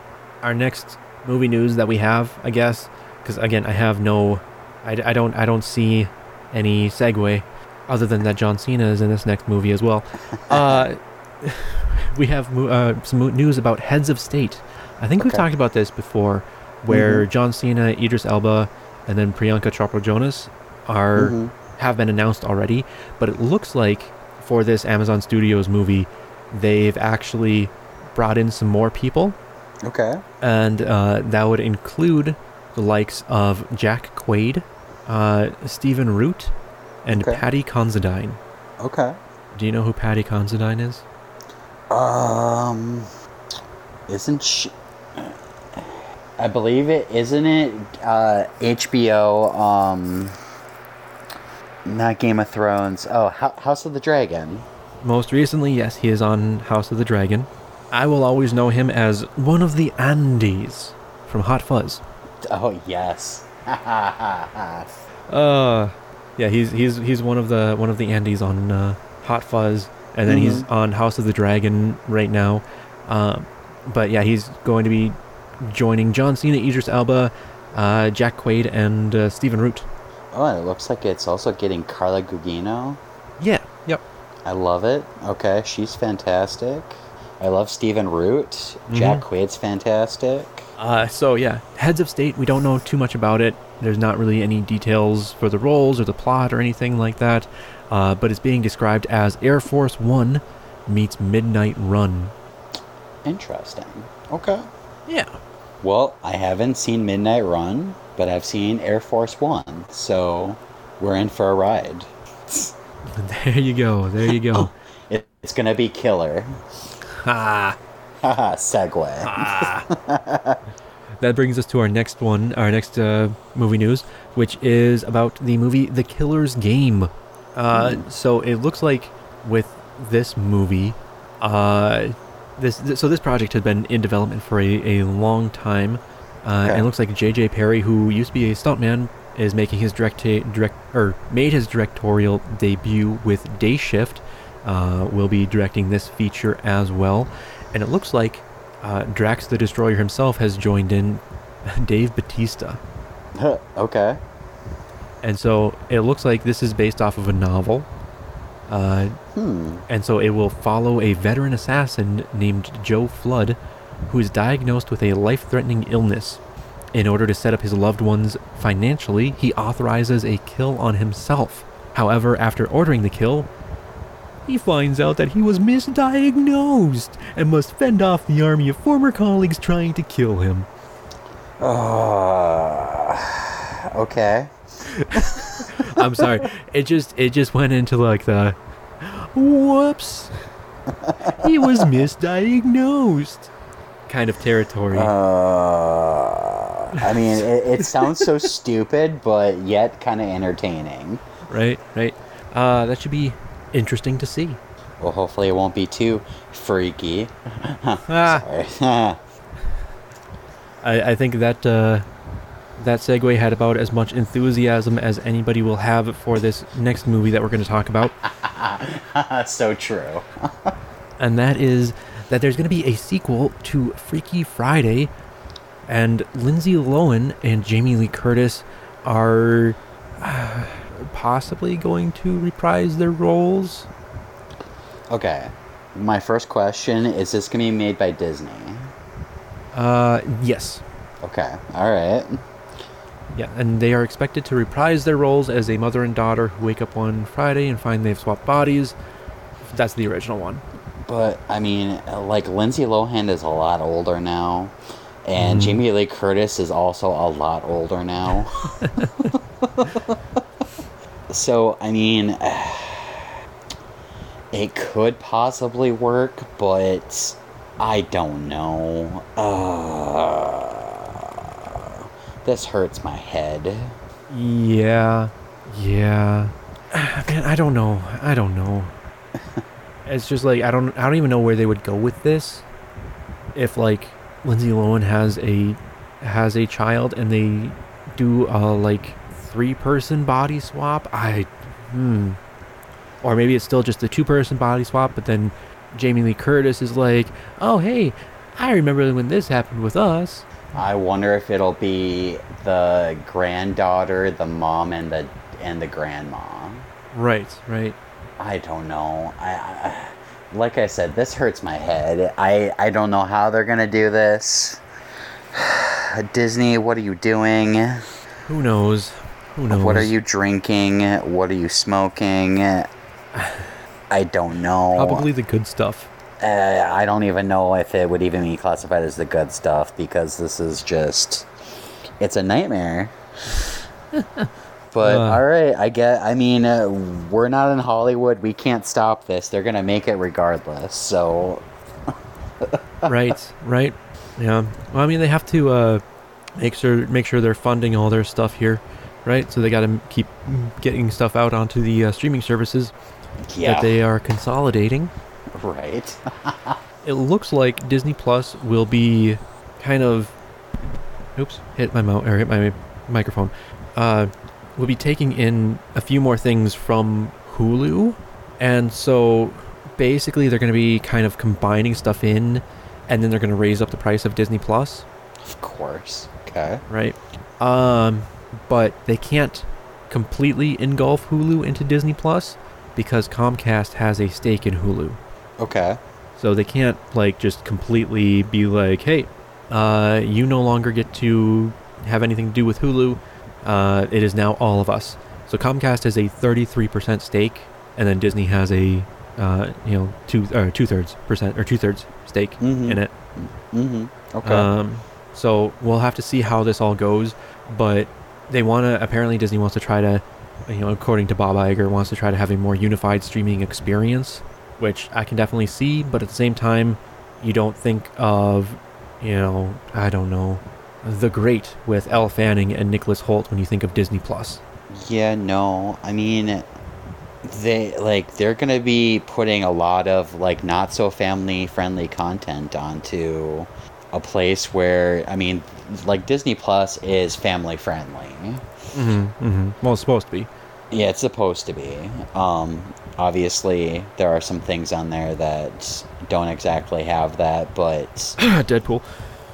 our next movie news that we have, I guess, because again, I have no, I, I don't I don't see any segue other than that John Cena is in this next movie as well. Uh, we have mo- uh, some mo- news about heads of state. I think we've Okay. talked about this before, where John Cena, Idris Elba, and then Priyanka Chopra Jonas are Mhm. have been announced already. But it looks like for this Amazon Studios movie, they've actually brought in some more people, Okay. and uh, that would include the likes of Jack Quaid, uh, Stephen Root, and Okay. Patty Considine. Okay. Do you know who Patty Considine is? Um, isn't she? I believe it isn't it uh, HBO. Um, not Game of Thrones. Oh, Hou- House of the Dragon. Most recently, yes, he is on House of the Dragon. I will always know him as one of the Andes from Hot Fuzz. Oh yes. Uh, yeah, he's he's he's one of the one of the Andes on uh, Hot Fuzz, and then he's on House of the Dragon right now. Um, but yeah, he's going to be joining John Cena, Idris Elba, uh, Jack Quaid, and uh, Stephen Root. oh, and it looks like it's also getting Carla Gugino. Yeah. Yep. I love it. Okay, she's fantastic. I love Stephen Root. Jack Quaid's fantastic. Uh, so yeah, heads of state. We don't know too much about it. There's not really any details for the roles or the plot or anything like that. Uh, but it's being described as Air Force One meets Midnight Run. Interesting. Okay. Yeah. Well, I haven't seen Midnight Run, but I've seen Air Force One, so we're in for a ride. There you go. There you go. It, it's gonna be killer. ah. Haha, segue. That brings us to our next one, our next uh, movie news, which is about the movie The Killer's Game. Uh, So it looks like with this movie, uh, this, th- so this project had been in development for a, a long time, uh, and Okay. it looks like J.J. Perry, who used to be a stuntman, is making his direct direct or made his directorial debut with Day Shift. Uh, will be directing this feature as well, and it looks like uh, Drax the Destroyer himself has joined in Dave Batista. Huh, okay. And so it looks like this is based off of a novel. Uh, Hmm. and so it will follow a veteran assassin named Joe Flood, who is diagnosed with a life threatening illness. In order to set up his loved ones financially, he authorizes a kill on himself. However, after ordering the kill, he finds out that he was misdiagnosed and must fend off the army of former colleagues trying to kill him. Uh, okay. I'm sorry. It just it just went into like the whoops. He was misdiagnosed kind of territory. Uh-huh. Uh, I mean, it, it sounds so stupid, but yet kind of entertaining. right? Right. Uh, that should be interesting to see. Well, hopefully it won't be too freaky. Ah, Sorry. I, I think that uh, that segue had about as much enthusiasm as anybody will have for this next movie that we're going to talk about, so true. and that is that there's going to be a sequel to Freaky Friday, and Lindsay Lohan and Jamie Lee Curtis are uh, possibly going to reprise their roles. Okay. My first question is this going to be made by Disney? Uh, yes. Okay. All right. Yeah, and they are expected to reprise their roles as a mother and daughter who wake up one Friday and find they've swapped bodies. That's the original one. But, I mean, like, Lindsay Lohan is a lot older now. And Jamie Lee Curtis is also a lot older now. so, I mean, it could possibly work, but I don't know. Uh, this hurts my head. Yeah, yeah. Man, I don't know. I don't know. it's just like I don't. I don't even know where they would go with this. If like Lindsay Lohan has a has a child and they do a like three person body swap. I, hmm. Or maybe it's still just a two person body swap, but then Jamie Lee Curtis is like, oh, hey, I remember when this happened with us. I wonder if it'll be the granddaughter, the mom, and the and the grandma. Right, right. I don't know. I, I like I said, this hurts my head. I I don't know how they're gonna do this. Disney, what are you doing? Who knows? Who knows? What are you drinking? What are you smoking? I don't know. Probably the good stuff. Uh, I don't even know if it would even be classified as the good stuff because this is just it's a nightmare. but Uh. all right, I get I mean uh, we're not in Hollywood. We can't stop this. They're going to make it regardless. So right, right. Yeah. Well, I mean, they have to uh, make sure make sure they're funding all their stuff here, right? So they got to keep getting stuff out onto the uh, streaming services yeah. that they are consolidating. right. It looks like Disney Plus will be kind of, oops, hit my mouth or hit my microphone. Uh, will be taking in a few more things from Hulu, and so basically they're going to be kind of combining stuff in, and then they're going to raise up the price of Disney Plus. Of course. Okay. right? Um, but they can't completely engulf Hulu into Disney Plus because Comcast has a stake in Hulu. Okay. So they can't like just completely be like, "Hey, uh, you no longer get to have anything to do with Hulu. Uh, it is now all of us." So Comcast has a 33% stake, and then Disney has a uh, you know two or two thirds percent or two thirds stake Mhm. in it. Mhm. Okay. Um, so we'll have to see how this all goes, but they want to. Apparently, Disney wants to try to, you know, according to Bob Iger, wants to try to have a more unified streaming experience, which I can definitely see. But at the same time, you don't think of, you know, I don't know, the Great with Elle Fanning and Nicholas Holt when you think of Disney Plus. Yeah, no. I mean, they like they're gonna be putting a lot of like not so family friendly content onto a place where I mean, like Disney Plus is family friendly. Mm-hmm. mm-hmm. Well, it's supposed to be. Yeah, it's supposed to be. Um, obviously, there are some things on there that don't exactly have that, but Deadpool.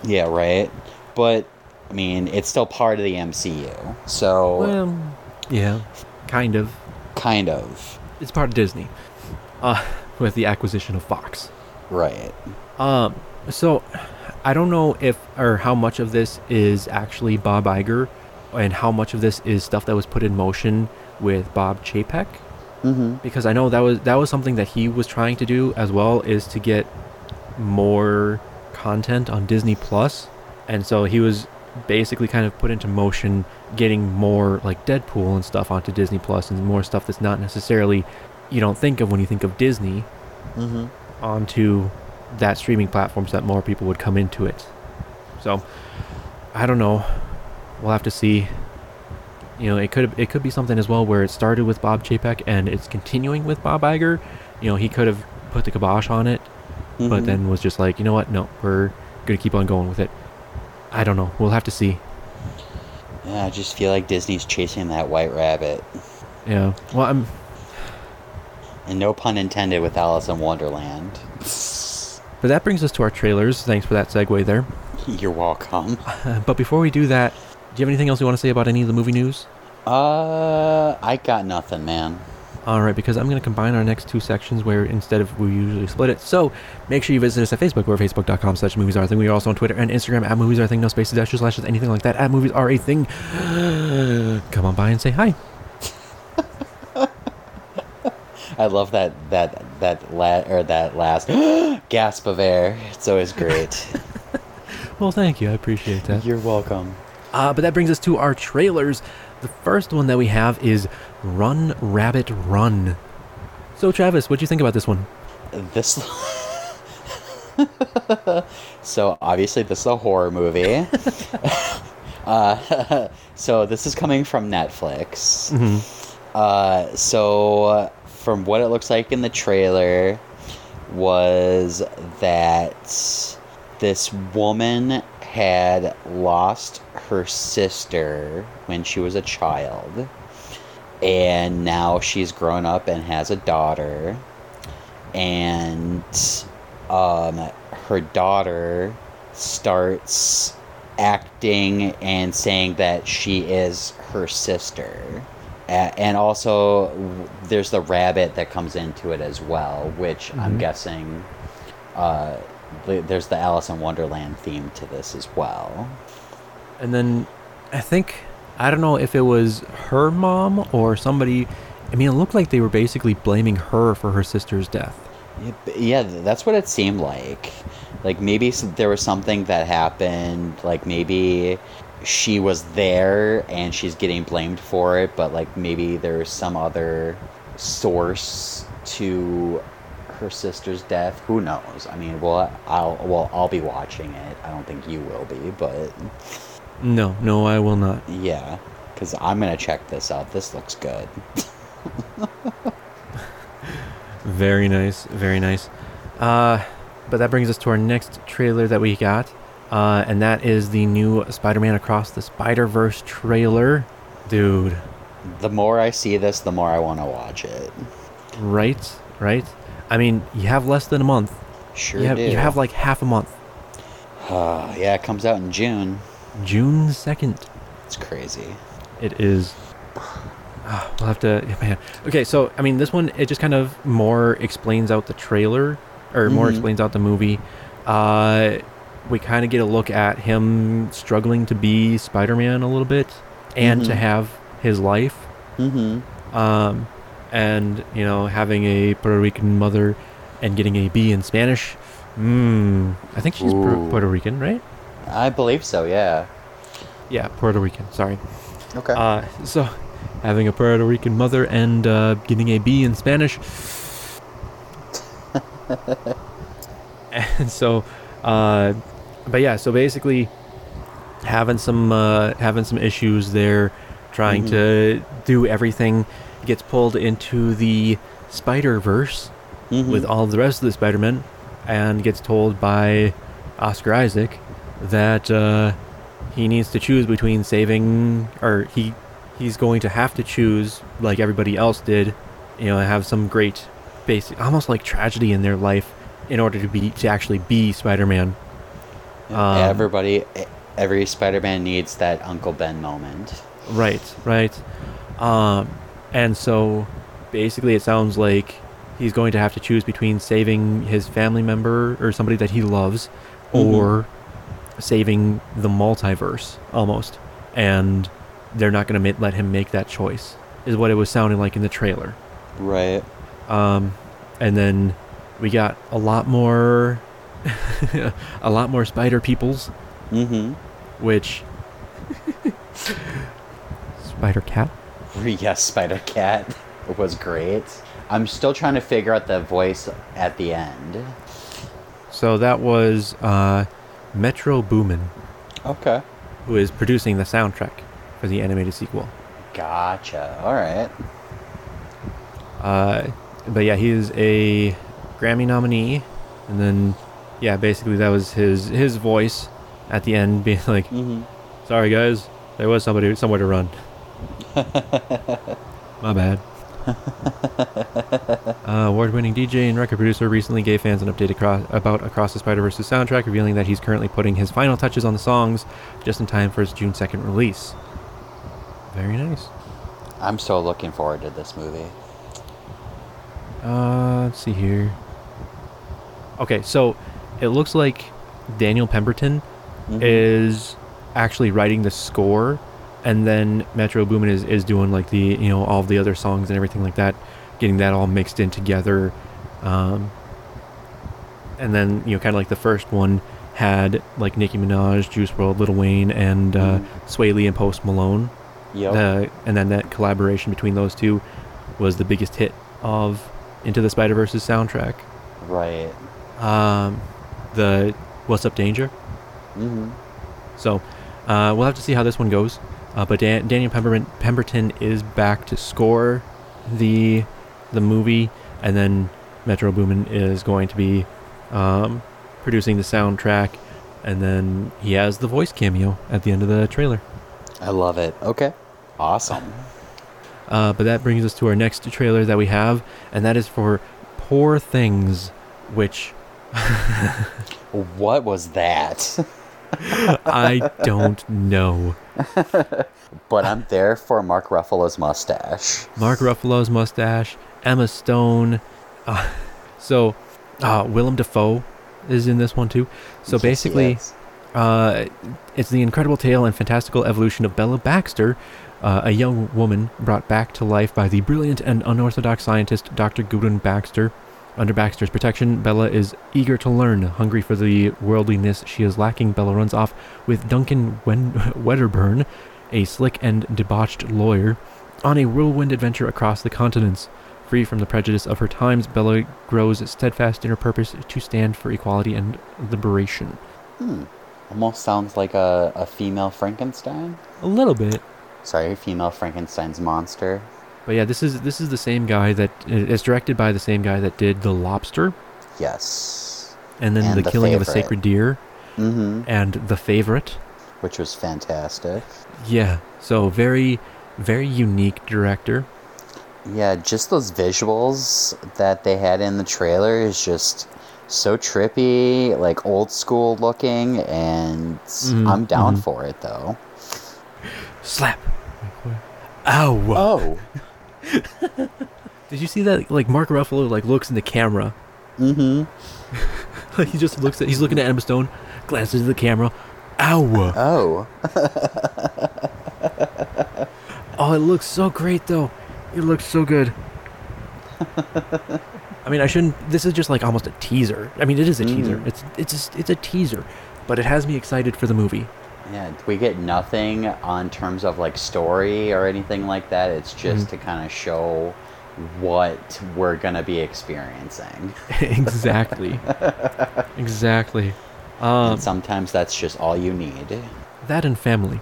yeah, right. But I mean, it's still part of the MCU, so Well, yeah, kind of. kind of It's part of Disney, uh, with the acquisition of Fox. right. Um, so I don't know if or how much of this is actually Bob Iger, and how much of this is stuff that was put in motion with Bob Chapek, Mm-hmm. because I know that was that was something that he was trying to do as well is to get more content on Disney Plus, and so he was basically kind of put into motion getting more like Deadpool and stuff onto Disney Plus and more stuff that's not necessarily you don't think of when you think of Disney Mm-hmm. onto that streaming platform so that more people would come into it. So I don't know. We'll have to see. You know, it could it could be something as well where it started with Bob Chapek and it's continuing with Bob Iger. You know, he could have put the kibosh on it, but Mhm. then was just like, you know what? No, we're gonna keep on going with it. I don't know. We'll have to see. Yeah, I just feel like Disney's chasing that white rabbit. Yeah. Well, I'm And no pun intended with Alice in Wonderland. but that brings us to our trailers. Thanks for that segue there. You're welcome. Uh, but before we do that, do you have anything else you want to say about any of the movie news? Uh, I got nothing, man. All right, because I'm going to combine our next two sections where instead of we usually split it. So make sure you visit us at Facebook. We're facebook.com slash movies are a thing. We are also on Twitter and Instagram at movies are a thing. No spaces, dashes, slashes, anything like that. At movies are a thing. Come on by and say hi. I love that that that la- or that last gasp of air. It's always great. Well, thank you. I appreciate that. You're welcome. Uh, but that brings us to our trailers. The first one that we have is Run Rabbit Run. So, Travis, what do you think about this one? This. so obviously this is a horror movie. uh, so this is coming from Netflix. Uh, so uh, from what it looks like in the trailer was that this woman had lost her sister when she was a child, and now she's grown up and has a daughter, and um, her daughter starts acting and saying that she is her sister. A- And also, w- there's the rabbit that comes into it as well, which I'm guessing uh, th- there's the Alice in Wonderland theme to this as well. And then I think I don't know if it was her mom or somebody. I mean, it looked like they were basically blaming her for her sister's death. Yeah, b- Yeah, th- that's what it seemed like. Like maybe s- there was something that happened. Like maybe she was there and she's getting blamed for it, but like maybe there's some other source to her sister's death. Who knows? I mean, well, I'll well, I'll be watching it. I don't think you will be, but No, no, I will not. yeah, because I'm gonna check this out. This looks good. Very nice, very nice. Uh, but that brings us to our next trailer that we got, uh, and that is the new Spider-Man Across the Spider-Verse trailer. Dude, The more I see this, the more I want to watch it. right, right. I mean, you have less than a month. Sure you have do. you have like half a month. Uh, yeah, it comes out in June. June second. It's crazy. It is. Ah, we'll have to, yeah, man. Okay, so I mean, this one it just kind of more explains out the trailer, or more explains out the movie. Uh, we kind of get a look at him struggling to be Spider-Man a little bit, and to have his life, Mm-hmm. um, and you know, having a Puerto Rican mother, and getting a B in Spanish. Mm, I think she's Pu- Ooh. Puerto Rican, right? I believe so. Yeah. Yeah, Puerto Rican. Sorry. Okay. Uh, so, having a Puerto Rican mother and uh, getting a B in Spanish. and so, uh, but yeah, so basically, having some uh, having some issues there, trying to do everything, gets pulled into the Spider Verse with all the rest of the Spider Men, and gets told by Oscar Isaac that uh, he needs to choose between saving, or he he's going to have to choose, like everybody else did, you know, have some great, basic, almost like tragedy in their life, in order to be to actually be Spider Man. Everybody, e, every Spider-Man needs that Uncle Ben moment. Right, right. Um, and so basically, it sounds like he's going to have to choose between saving his family member or somebody that he loves or saving the multiverse almost. And they're not going to ma- let him make that choice, is what it was sounding like in the trailer. Right. Um, and then we got a lot more, a lot more spider peoples, Mm-hmm. which. Spider cat? Yes, Spider Cat was great. I'm still trying to figure out the voice at the end. So that was uh, Metro Boomin, Okay. who is producing the soundtrack for the animated sequel. Gotcha. All right. Uh, but yeah, he is a Grammy nominee, and then yeah, basically that was his his voice at the end, being like, Mm-hmm. "Sorry guys, there was somebody somewhere to run. My bad." uh, award-winning DJ and record producer recently gave fans an update across, about Across the Spider-Verse's soundtrack, revealing that he's currently putting his final touches on the songs just in time for his June 2nd release. Very nice. I'm so looking forward to this movie. Uh, let's see here. Okay, so it looks like Daniel Pemberton is actually writing the score, and then Metro Boomin is, is doing like the you know all of the other songs and everything like that, getting that all mixed in together. Um, and then you know kind of like the first one had like Nicki Minaj, Juice World, Lil Wayne, and uh, Sway Lee and Post Malone. Yep. Uh, and then that collaboration between those two was the biggest hit of Into the Spider Verse's soundtrack. right. Um, the What's Up Danger. Mm-hmm. So uh, we'll have to see how this one goes. Uh, but Dan- Daniel Pemberton, Pemberton is back to score the the movie, and then Metro Boomin is going to be um, producing the soundtrack, And then he has the voice cameo at the end of the trailer. I love it. Okay. Awesome. Uh, but that brings us to our next trailer that we have, and that is for Poor Things, which What was that? I don't know. but I'm there for Mark Ruffalo's mustache. Mark Ruffalo's mustache, Emma Stone. Uh, so, uh, Willem Dafoe is in this one too. So Yes, basically, yes. Uh, it's the incredible tale and fantastical evolution of Bella Baxter, uh, a young woman brought back to life by the brilliant and unorthodox scientist Dr. Gudrun Baxter. Under Baxter's protection, Bella is eager to learn. Hungry for the worldliness she is lacking, Bella runs off with Duncan Wen- Wedderburn, a slick and debauched lawyer, on a whirlwind adventure across the continents. Free from the prejudice of her times, Bella grows steadfast in her purpose to stand for equality and liberation. Almost sounds like a, a female Frankenstein. A little bit. Sorry, female Frankenstein's monster. But yeah, this is this is the same guy that it's directed by the same guy that did the Lobster, Yes. and then And the, The killing of a Favourite. sacred deer, Mm-hmm. and the favorite. Which was fantastic. Yeah, so very, very unique director. Yeah, just those visuals that they had in the trailer is just so trippy, like old school looking, and Mm-hmm. I'm down for it though. Slap. Ow! Oh, Did you see that? Like Mark Ruffalo like looks in the camera. Mm-hmm. like he just looks at he's looking at Emma Stone, glances at the camera. Ow! oh, Oh, it looks so great though. It looks so good. I mean, I shouldn't. This is just like almost a teaser. I mean, it is a teaser. It's it's just, it's a teaser, but it has me excited for the movie. yeah. We get nothing on terms of like story or anything like that. It's Mm. just to kind of show what we're gonna be experiencing. exactly. exactly. Um, and sometimes that's just all you need. that and family.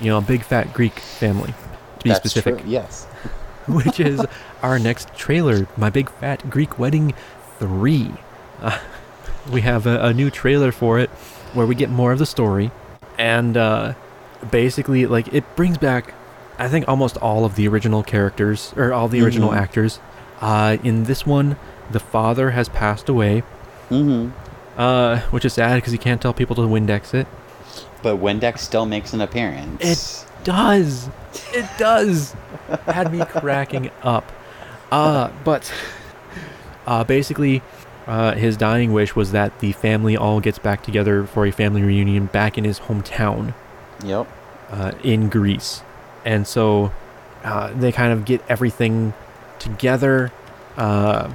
you know, a big fat Greek family, to be that's specific. True. Yes. which is our next trailer, My Big Fat Greek Wedding 3. Uh, we have a, a new trailer for it where we get more of the story. And uh, basically, like, it brings back, I think, almost all of the original characters or all the original actors. Uh, in this one, the father has passed away, Mm-hmm. uh, which is sad because he can't tell people to Windex it. But Windex still makes an appearance. It does. It does. Had me cracking up. Uh, but uh, basically, uh, his dying wish was that the family all gets back together for a family reunion back in his hometown Yep. uh, in Greece. And so uh, they kind of get everything together uh,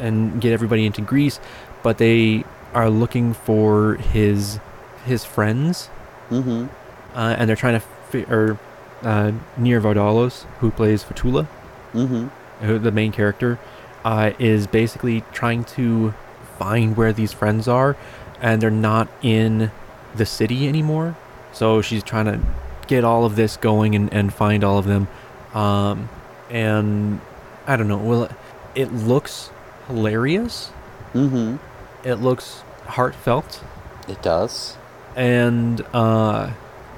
and get everybody into Greece, but they are looking for his his friends Mm-hmm. uh, and they're trying to fi- or uh, near Vardalos, who plays Fatula, Mm-hmm. who the main character, uh, is basically trying to find where these friends are, and they're not in the city anymore. So she's trying to get all of this going and, and find all of them. Um, and I don't know. Well, it looks hilarious. Mm-hmm. It looks heartfelt. It does. and uh,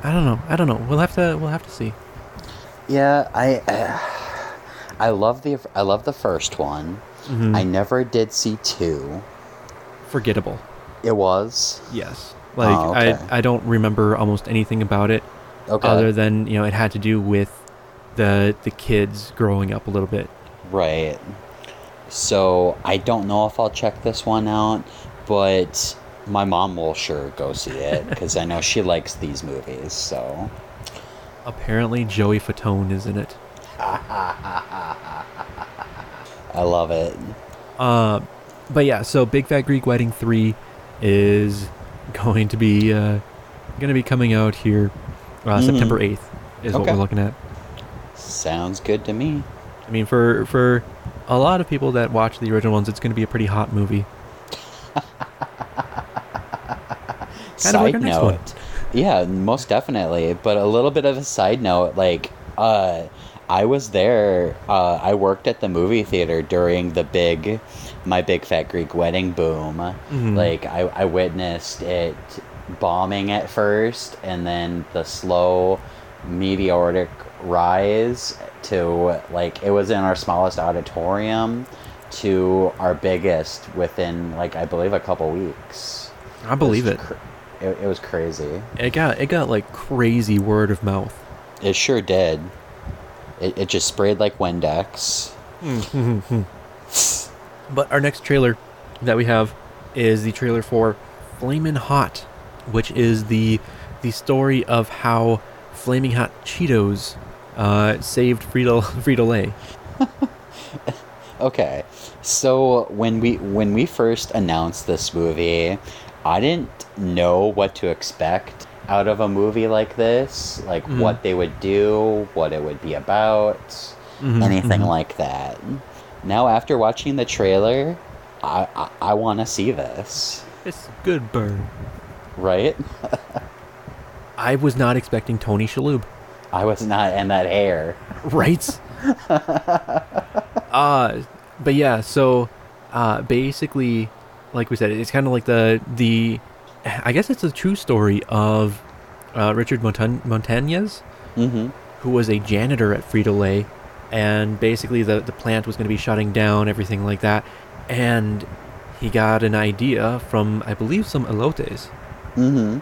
I don't know. I don't know. We'll have to. We'll have to see. Yeah, I uh, I love the I love the first one. Mm-hmm. I never did see two. Forgettable. It was Yes. Like Oh, okay. I, I don't remember almost anything about it, okay, other than you know it had to do with the the kids growing up a little bit. right. So I don't know if I'll check this one out, but my mom will sure go see it because I know she likes these movies. So Apparently, Joey Fatone is in it. I love it. Uh, but yeah, so Big Fat Greek Wedding three is going to be uh, going to be coming out here uh, September eighth is what Okay. we're looking at. Sounds good to me. I mean, for for a lot of people that watch the original ones, it's going to be a pretty hot movie. Kinda like side our next note. one. Yeah, most definitely. But a little bit of a side note, like uh I was there. Uh, I worked at the movie theater during the big, my big fat Greek wedding boom. Mm-hmm. Like I, I witnessed it bombing at first, and then the slow, meteoric rise to like it was in our smallest auditorium to our biggest within like I believe a couple weeks. I believe it. Cr- It, it was crazy. It got it got like crazy word of mouth. It sure did. It, it just sprayed like Windex. But our next trailer that we have is the trailer for Flamin' Hot, which is the the story of how Flaming Hot Cheetos uh, saved Frito Frito Lay. Okay, so when we when we first announced this movie, I didn't know what to expect out of a movie like this, like Mm-hmm. what they would do, what it would be about, Mm-hmm, anything like that. Now after watching the trailer, I I, I want to see this, It's good burn. right? I was not expecting Tony Shalhoub. I was not in that hair. Right? uh but yeah, so uh basically like we said, it's kind of like the the I guess it's a true story of uh, Richard Montan- Montañez, Mm-hmm. who was a janitor at Frito Lay, and basically the the plant was going to be shutting down, everything like that, and he got an idea from I believe some elotes Mm-hmm.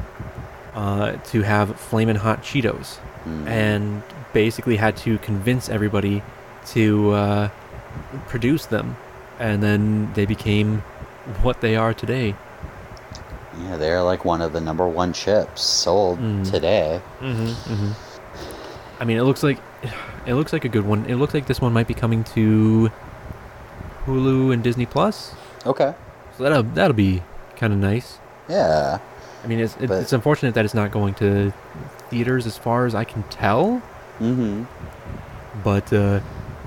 uh, to have flamin' hot Cheetos, Mm. and basically had to convince everybody to uh, produce them, and then they became what they are today. Yeah, they're like one of the number one chips sold Mm. today. Mm-hmm, I mean, it looks like it looks like a good one. It looks like this one might be coming to Hulu and Disney Plus. Okay. So that'll that'll be kind of nice. Yeah. I mean, it's it, But- it's unfortunate that it's not going to theaters, as far as I can tell. Mm-hmm. But uh,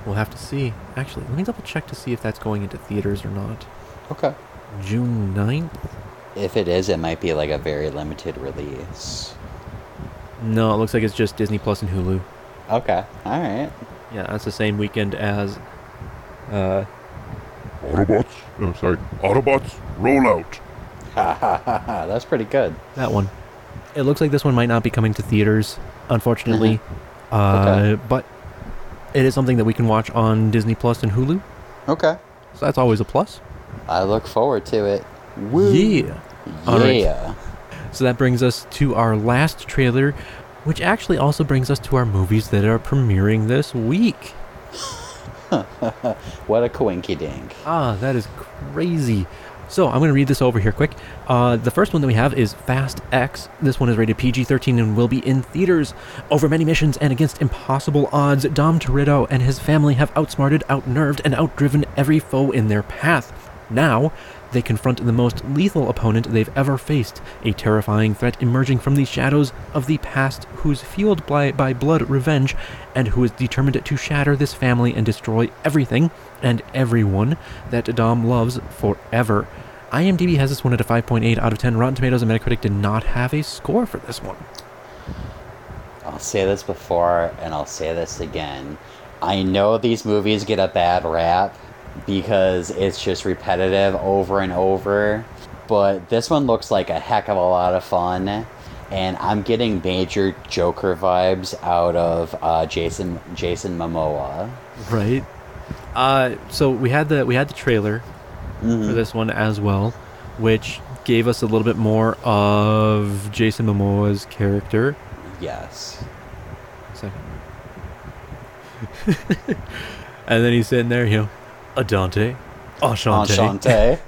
we'll have to see. Actually, let me double check to see if that's going into theaters or not. Okay. June 9th? If it is, it might be like a very limited release. No, it looks like it's just Disney Plus and Hulu. Okay. All right. Yeah, that's the same weekend as. Uh, Autobots, no, sorry, Autobots, roll out. That's pretty good. That one. It looks like this one might not be coming to theaters, unfortunately. Uh, Mm-hmm. Okay. But it is something that we can watch on Disney Plus and Hulu, Okay. so that's always a plus. I look forward to it. Woo. Yeah. All right. Yeah. So that brings us to our last trailer, which actually also brings us to our movies that are premiering this week. What a coinky dink. Ah, that is crazy. So I'm going to read this over here quick. Uh, the first one that we have is Fast X. This one is rated PG-13 and will be in theaters. Over many missions and against impossible odds, Dom Toretto and his family have outsmarted, outnerved, and outdriven every foe in their path. Now, they confront the most lethal opponent they've ever faced, a terrifying threat emerging from the shadows of the past who's fueled by, by blood revenge and who is determined to shatter this family and destroy everything and everyone that Dom loves forever. IMDb has this one at a 5.8 out of 10. Rotten Tomatoes and Metacritic did not have a score for this one. I'll say this before and I'll say this again. I know these movies get a bad rap because it's just repetitive over and over, but this one looks like a heck of a lot of fun. And I'm getting major Joker vibes out of uh, Jason Jason Momoa. Right. Uh, so we had the we had the trailer for this one as well, which gave us a little bit more of Jason Momoa's character. Yes. Second. and then he's sitting there, you know, Adante, Ashante. Enchante.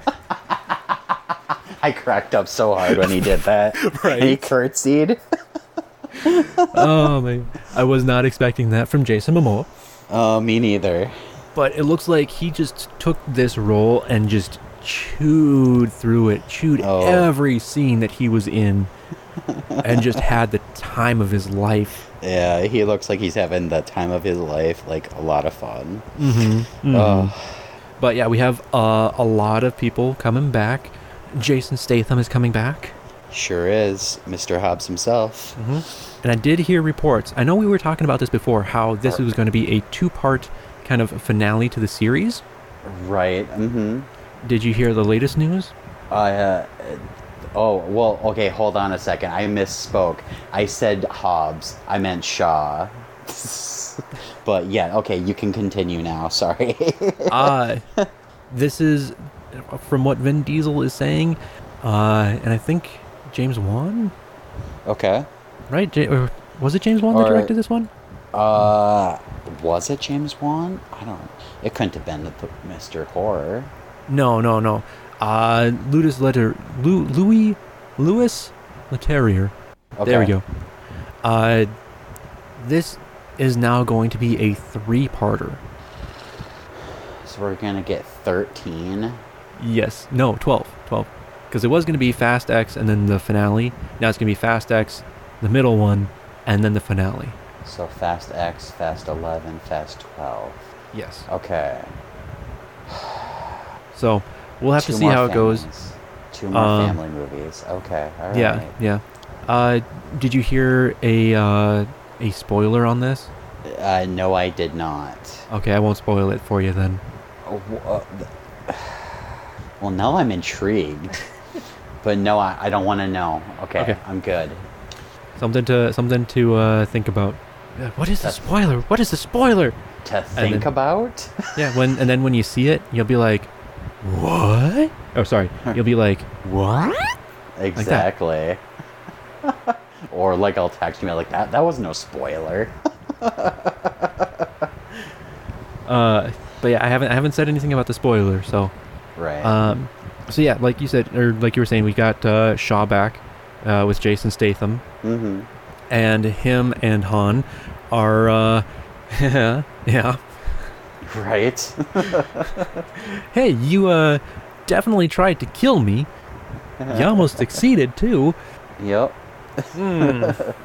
I cracked up so hard when he did that. Right. He curtsied. oh my! I was not expecting that from Jason Momoa. Oh, me neither. But it looks like he just took this role and just chewed through it, chewed Oh. every scene that he was in, and just had the time of his life. Yeah, he looks like he's having the time of his life, like a lot of fun. But yeah, we have uh, a lot of people coming back. Jason Statham is coming back. Sure is. Mr. Hobbs himself. And I did hear reports. I know we were talking about this before how this was going to be a two part kind of finale to the series. Right. Mm-hmm. Did you hear the latest news? Uh, oh, well, okay, hold on a second. I misspoke. I said Hobbs. I meant Shaw. but yeah, okay, you can continue now. Sorry. uh, this is from what Vin Diesel is saying, uh, and I think James Wan, okay. right? Ja- or was it James Wan that Or- directed this one? Uh, was it James Wan? I don't. It couldn't have been the Mr. Horror. No, no, no. Uh, Louis Letter, Lu, Louis, Louis Leterrier. There we Okay. go. Uh, this is now going to be a three-parter. So we're gonna get thirteen. Yes. No, 12. 12. Because it was going to be Fast X and then the finale. Now it's going to be Fast X, the middle one, and then the finale. So Fast X, Fast Eleven, Fast Twelve. Yes. Okay. So we'll have Two to see more how it goes. families. Two more Um, family movies. Okay. All right. Yeah, yeah. Uh, did you hear a uh, a spoiler on this? Uh, no, I did not. Okay, I won't spoil it for you then. Oh, wh- uh, th- Well, now I'm intrigued. but no, I, I don't want to know. Okay, Okay. I'm good. Something to something to uh, think about. Uh, What is the That's- spoiler? What is the spoiler? To think then- about? Yeah, when and then when you see it, you'll be like, "What?" Oh, sorry. You'll be like, "What?" exactly. or like I'll text you like that. That was no spoiler. Uh, but yeah, I haven't I haven't said anything about the spoiler. So, right. um, so yeah, like you said or like you were saying, we got uh, Shaw back uh, with Jason Statham, mm-hmm. and him and Han are uh, yeah. Right. Hey, you uh, definitely tried to kill me. You almost succeeded too. yep. Hmm.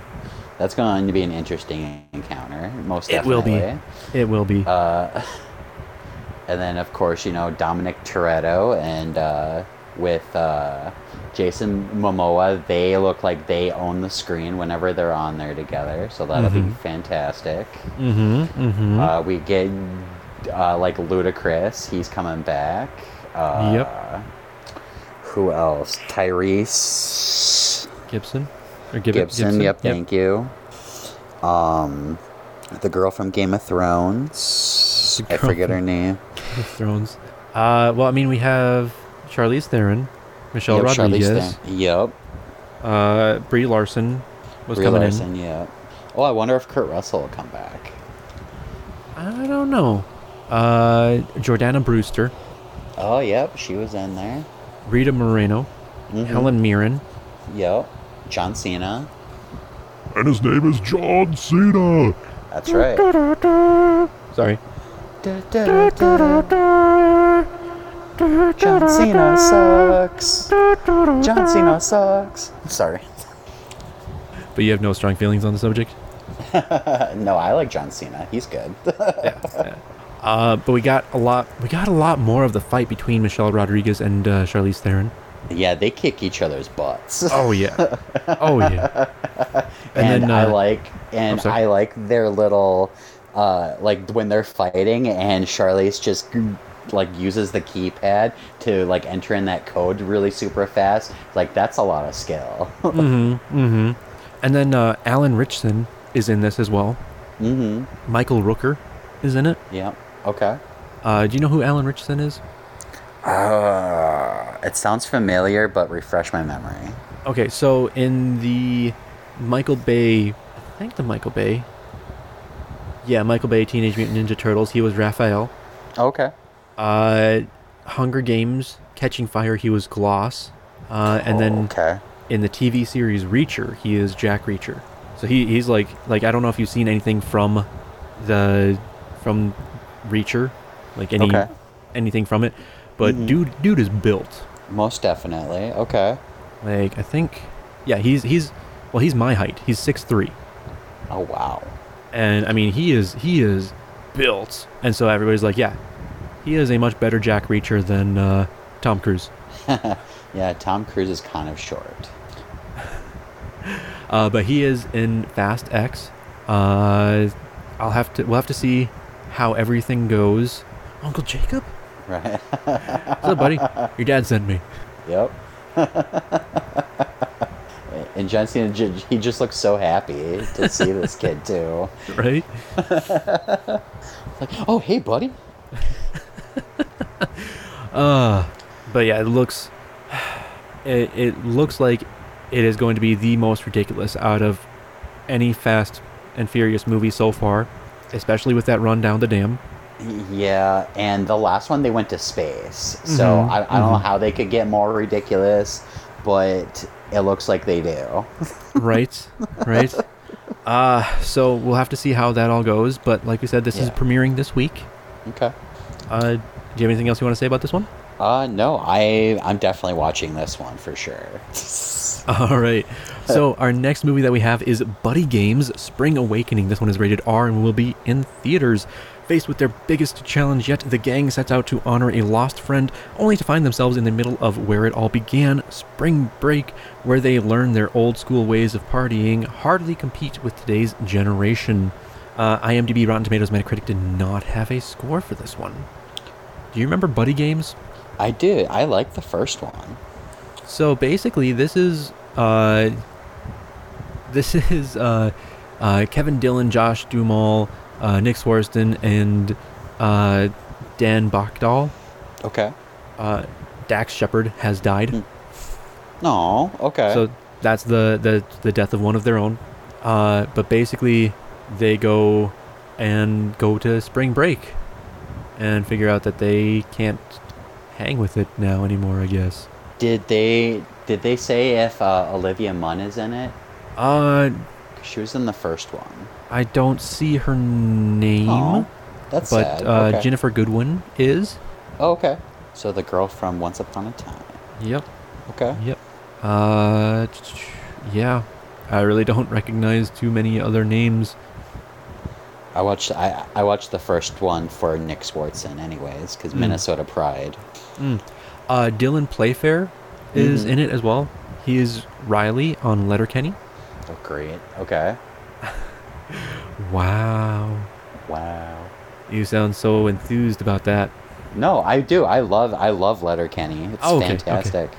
That's going to be an interesting encounter, most It will be. definitely. It will be. Uh, and then, of course, you know Dominic Toretto and uh, with uh, Jason Momoa, they look like they own the screen whenever they're on there together. So that'll be fantastic. mm-hmm. Mm-hmm. Uh, we get uh, like Ludacris; he's coming back. Uh, Yep. Who else? Tyrese. Gibson or Gibbet, Gibson, Yep, Thank you. Um, the girl from Game of Thrones. The I girl forget from- her name. Game of Thrones. Uh, well, I mean, we have Charlize Theron, Michelle Yep, Charlize Rodriguez, Theron. Yep. uh, Brie Larson was Brie coming Larson. Yep. Oh, I wonder if Kurt Russell will come back. in. I don't know. Uh, Jordana Brewster, Oh, yep. She was in there. Rita Moreno, Mhm. Helen Mirren. Yep. John Cena. And his name is John Cena. That's right. Sorry. John Cena sucks. John Cena sucks. Sorry. But you have no strong feelings on the subject. no, I like John Cena. He's good. Uh, but we got a lot. We got a lot more of the fight between Michelle Rodriguez and uh, Charlize Theron. yeah, they kick each other's butts. Oh yeah. Oh yeah. and, I uh, like and sorry. I like their little uh like when they're fighting and Charlize just like uses the keypad to like enter in that code really super fast. Like that's a lot of skill. Mm-hmm, And then uh, Alan Richson is in this as well. mm-hmm. Michael Rooker is in it. Yeah. Okay. Uh, do you know who Alan Richson is? Uh, it sounds familiar, but refresh my memory. Okay, so in the Michael Bay, I think the Michael Bay. Yeah, Michael Bay Teenage Mutant Ninja Turtles. He was Raphael. Okay. Uh, Hunger Games, Catching Fire. He was Gloss. Uh, and then okay. in the TV series Reacher, he is Jack Reacher. So he, he's like like I don't know if you've seen anything from the from Reacher, like any Okay. anything from it, but dude dude is built. Most definitely. Okay. Like I think yeah, he's he's well he's my height. He's 6'3. Oh wow. And I mean he is he is built. And so everybody's like, yeah. He is a much better Jack Reacher than uh, Tom Cruise. Yeah, Tom Cruise is kind of short. Uh, but he is in Fast X. Uh, I'll have to. We'll have to see how everything goes. Uncle Jacob, Right. what's up, buddy? Your dad sent me. Yep. and John Cena, ju- he just looks so happy to see this kid too. Right? Like, oh hey buddy. Uh, but yeah, it looks. It, it looks like it is going to be the most ridiculous out of any Fast and Furious movie so far, especially with that run down the dam. Yeah, and the last one they went to space, so Mhm, I, I don't know how they could get more ridiculous, but it looks like they do. right right uh so we'll have to see how that all goes but like we said this is Yeah. premiering this week Okay. uh do you have anything else you want to say about this one Uh no, I I'm definitely watching this one for sure. all right so our next movie that we have is buddy games spring awakening this one is rated r and will be in theaters faced with their biggest challenge yet the gang sets out to honor a lost friend only to find themselves in the middle of where it all began spring break where they learn their old school ways of partying hardly compete with today's generation Uh, IMDb, Rotten Tomatoes, Metacritic did not have a score for this one. Do you remember Buddy Games? I do. I like the first one. So basically, this is uh, this is uh, uh, Kevin Dillon, Josh Duhamel, uh, Nick Swarsten, and uh, Dan Bachdahl. Okay. Uh, Dax Shepard has died. No. Okay. So that's the, the the death of one of their own. Uh, but basically, they go and go to spring break and figure out that they can't hang with it now anymore. I guess. Did they did they say if uh, Olivia Munn is in it? Uh, 'Cause She was in the first one. I don't see her name, Aw, that's but sad. uh, okay. Jennifer Goodwin is. Oh, okay. So the girl from Once Upon a Time. Yep. Okay. Yep. Uh, ch- ch- yeah. I really don't recognize too many other names. I watched I, I watched the first one for Nick Swartzen anyways Hmm. because Minnesota Pride. Mm. Uh, Dylan Playfair is Mhm. in it as well. He is Riley on Letterkenny. Oh great. Okay. Wow. Wow. You sound so enthused about that. No, I do. I love I love Letterkenny. It's Oh, okay, okay. fantastic.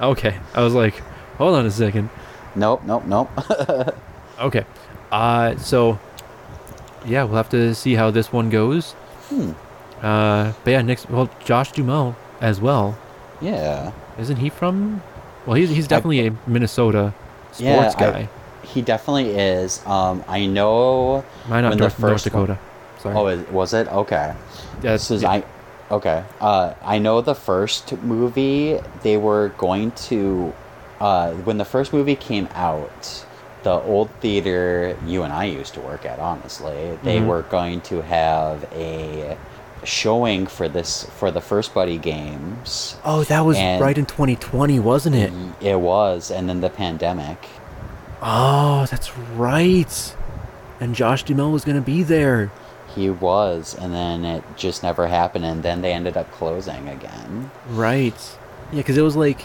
Okay. I was like, hold on a second. nope, nope, nope. Okay. Uh, so, yeah, we'll have to see how this one goes. hmm. Uh, but yeah, next, well, Josh Dumel as well. Yeah. Isn't he from? Well, he's he's definitely a Minnesota sports Yeah, I- guy. He definitely is. Um, I know. Why not when the North, North first one- Dakota? Sorry. Oh, it, was it? Okay. Yeah, This is yeah. I. Okay. Uh, I know the first movie they were going to. Uh, when the first movie came out, the old theater you and I used to work at, honestly, they Mhm. were going to have a showing for this for the first Buddy Games. Oh, that was and- Mm-hmm. right in 2020, wasn't it? It was, and then the pandemic. Oh, that's right. And Josh Dumel was gonna be there. He was, and then it just never happened, and then they ended up closing again. Right. Yeah, because it was like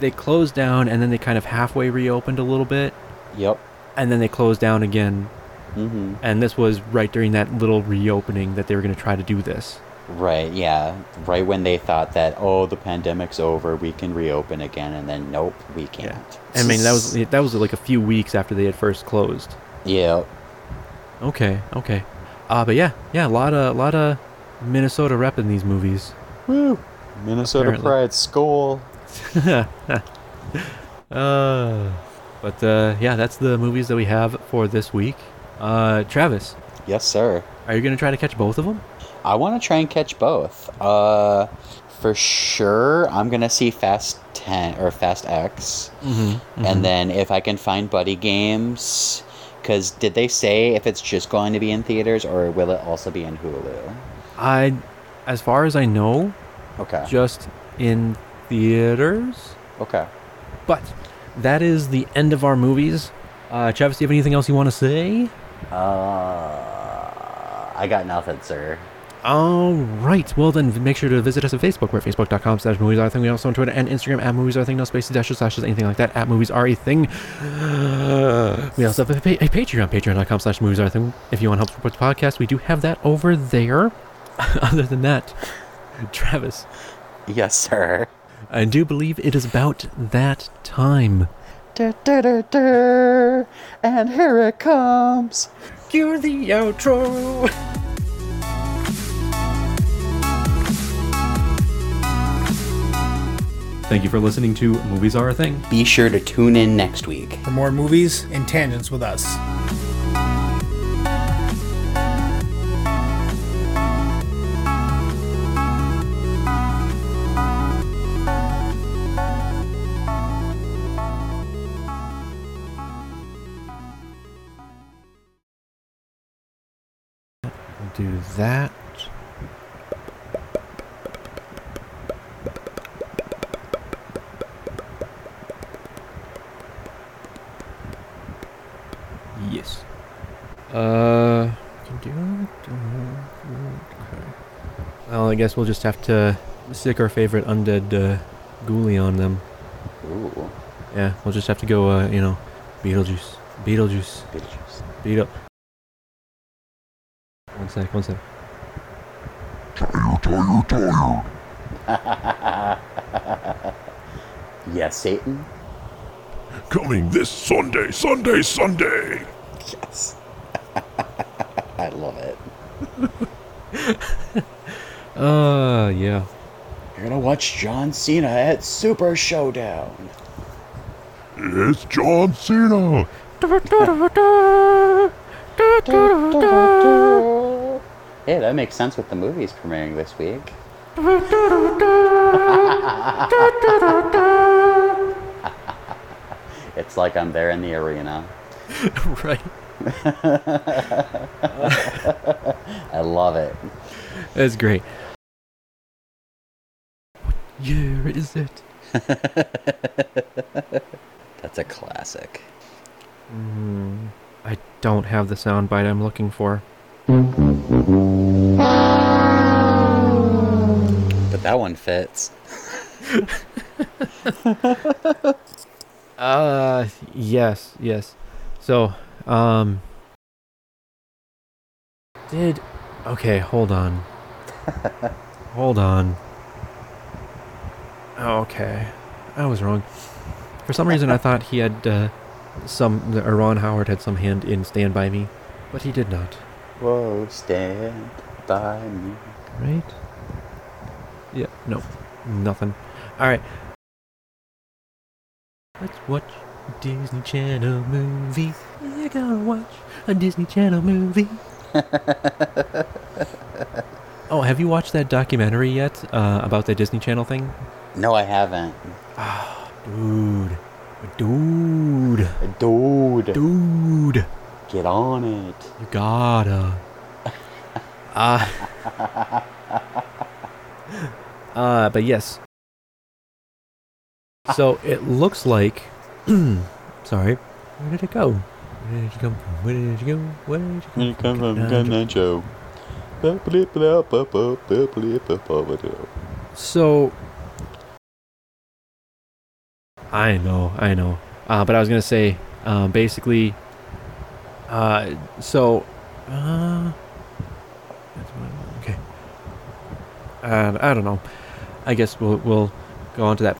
they closed down and then they kind of halfway reopened a little bit, Yep. and then they closed down again. hmm And this was right during that little reopening that they were gonna try to do this. Right, yeah. Right when they thought that, oh, the pandemic's over, we can reopen again, and then nope, we can't. I mean, that was that was like a few weeks after they had first closed. Yep. Okay, okay. Uh, but yeah, yeah, a lot of lot of Minnesota rep in these movies. Woo! Minnesota Apparently. Pride School. uh, but uh, yeah, that's the movies that we have for this week. Uh, Travis, Yes, sir. are you gonna try to catch both of them? I want to try and catch both. Uh, for sure, I'm going to see Fast 10 or Fast X. Mm-hmm. and then if I can find Buddy Games, because did they say if it's just going to be in theaters or will it also be in Hulu? I, as far as I know, Okay. just in theaters. okay. But that is the end of our movies. Uh, Travis, do you have anything else you want to say? Uh, I got nothing, sir. All right. Well, then make sure to visit us at Facebook. We're at facebook.com slash movies are a thing. We also on Twitter and Instagram at movies are a thing. No spaces, dashes, slashes, anything like that. At movies are a thing. we also have a, pa- a Patreon, patreon.com slash movies are a thing. If you want to help support the podcast, we do have that over there. Other than that, Travis, Yes, sir. I do believe it is about that time. Dur, dur, dur, dur. And here it comes. Cue the outro. Thank you for listening to Movies Are a Thing. Be sure to tune in next week. For more movies and tangents with us. Do that. Yes. Uh. do it. Well, I guess we'll just have to stick our favorite undead uh, ghoulie on them. Ooh, Yeah, we'll just have to go, uh, you know, Beetlejuice. Beetlejuice. bitches. Beetle. One sec, one sec. Tired, tired, tired. Yes, Satan? Coming this Sunday, Sunday, Sunday. Yes. I love it. Uh, yeah. You're gonna watch John Cena at Super Showdown. It's John Cena. Hey, that makes sense with the movies premiering this week. it's like I'm there in the arena. right. I love it. That's great. What year is it? That's a classic. I don't have the sound bite I'm looking for. But that one fits. Uh, yes, yes. So, um. Did. Okay, hold on. hold on. Oh, Okay. I was wrong. For some reason, I thought he had, uh, some. that Ron Howard had some hand in Stand By Me, but he did not. Whoa, stand by me. Right? Yeah, no. Nothing. Alright. Let's watch a Disney Channel movie. You're gonna watch a Disney Channel movie. oh, have you watched that documentary yet uh, about the Disney Channel thing? No, I haven't. Dude. Dude. Dude, Dude. get on it. You gotta. Uh, uh, but yes. So it looks like. sorry. Where did it go? Where did it come from? Where did it go? Where did it come You come from? from Dun, dun, dun. Joe. So. I know, I know. Uh, but I was going to say um, basically. Uh, so. Uh, that's what- okay. And I don't know. I guess we'll, we'll go on to that.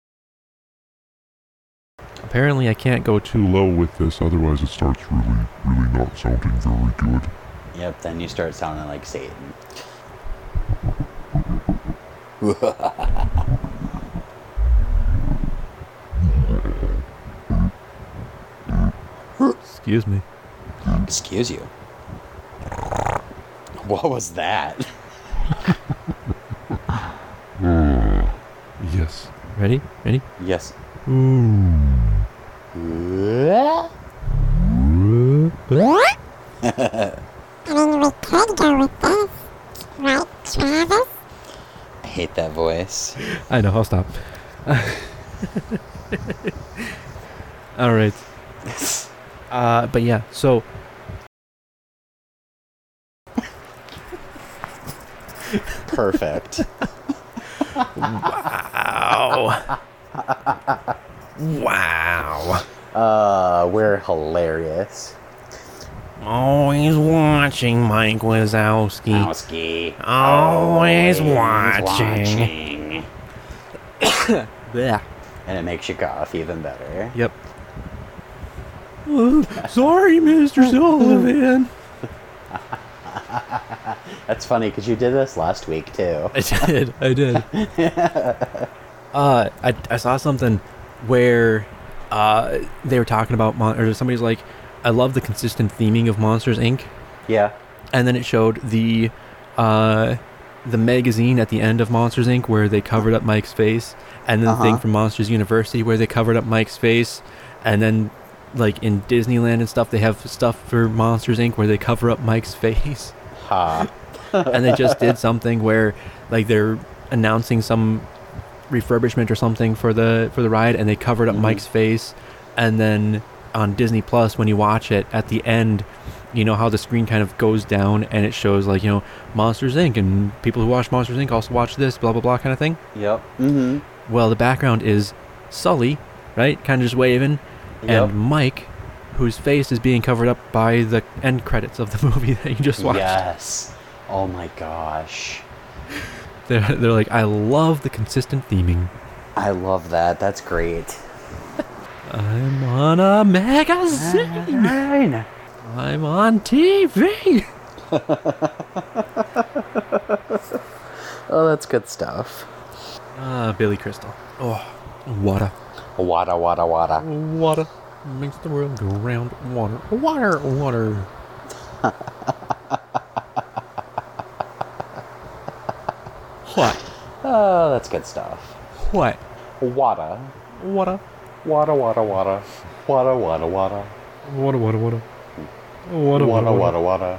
Apparently, I can't go Too too. low with this, otherwise it starts really, really not sounding very good. Yep, then you start sounding like Satan. Excuse me. Excuse you. What was that? Yes. Ready? Ready? Yes. I hate that voice. I know. I'll stop. All right. Uh, but yeah. So Perfect. Wow. Uh, we're hilarious. Always watching Mike Wazowski. Owski. Always watching. watching. Yeah. And it makes you cough even better. Yep. sorry, Mr. Sullivan. That's funny because you did this last week too. I did. I did. uh, I, I saw something where uh, they were talking about mon- or somebody's like, I love the consistent theming of Monsters Inc. Yeah. and then it showed the uh, the magazine at the end of Monsters Inc. where they covered up Mike's face, and then the thing Uh-huh. from Monsters University where they covered up Mike's face, and then like in Disneyland and stuff they have stuff for Monsters Inc. where they cover up Mike's face, Ha. and they just did something where like they're announcing some refurbishment or something for the for the ride, and they covered up Mike's face, and then on Disney Plus when you watch it at the end, you know how the screen kind of goes down and it shows like you know Monsters Inc. and people who watch Monsters Inc. also watch this blah blah blah kind of thing. Yep. Mm-hmm. Well, the background is Sully, right, kind of just waving, Yep. and Mike, whose face is being covered up by the end credits of the movie that you just watched. Yes. Oh my gosh. They're, they're like, I love the consistent theming. I love that. That's great. I'm on a magazine. I'm on TV. Oh, that's good stuff. Ah, Billy Crystal. Oh, water. Wada wada wada. Water makes the world go round. Water, water, water. what? Oh, that's good stuff. What? Wada. Water. Wada wada wada. Wada wada wada. Water, water, water. Water, Wada wada wada wada. water,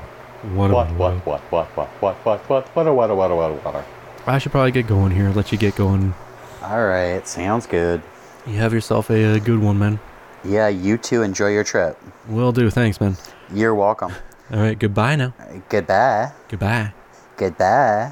What what what what what what what what wada wada wada wada wada. I should probably get going here. Let you get going. All right. Sounds good. You have yourself a, uh good one, man. Yeah. You too. Enjoy your trip. Will do. Thanks, man. You're welcome. All right. Goodbye now. Goodbye. Goodbye. Goodbye.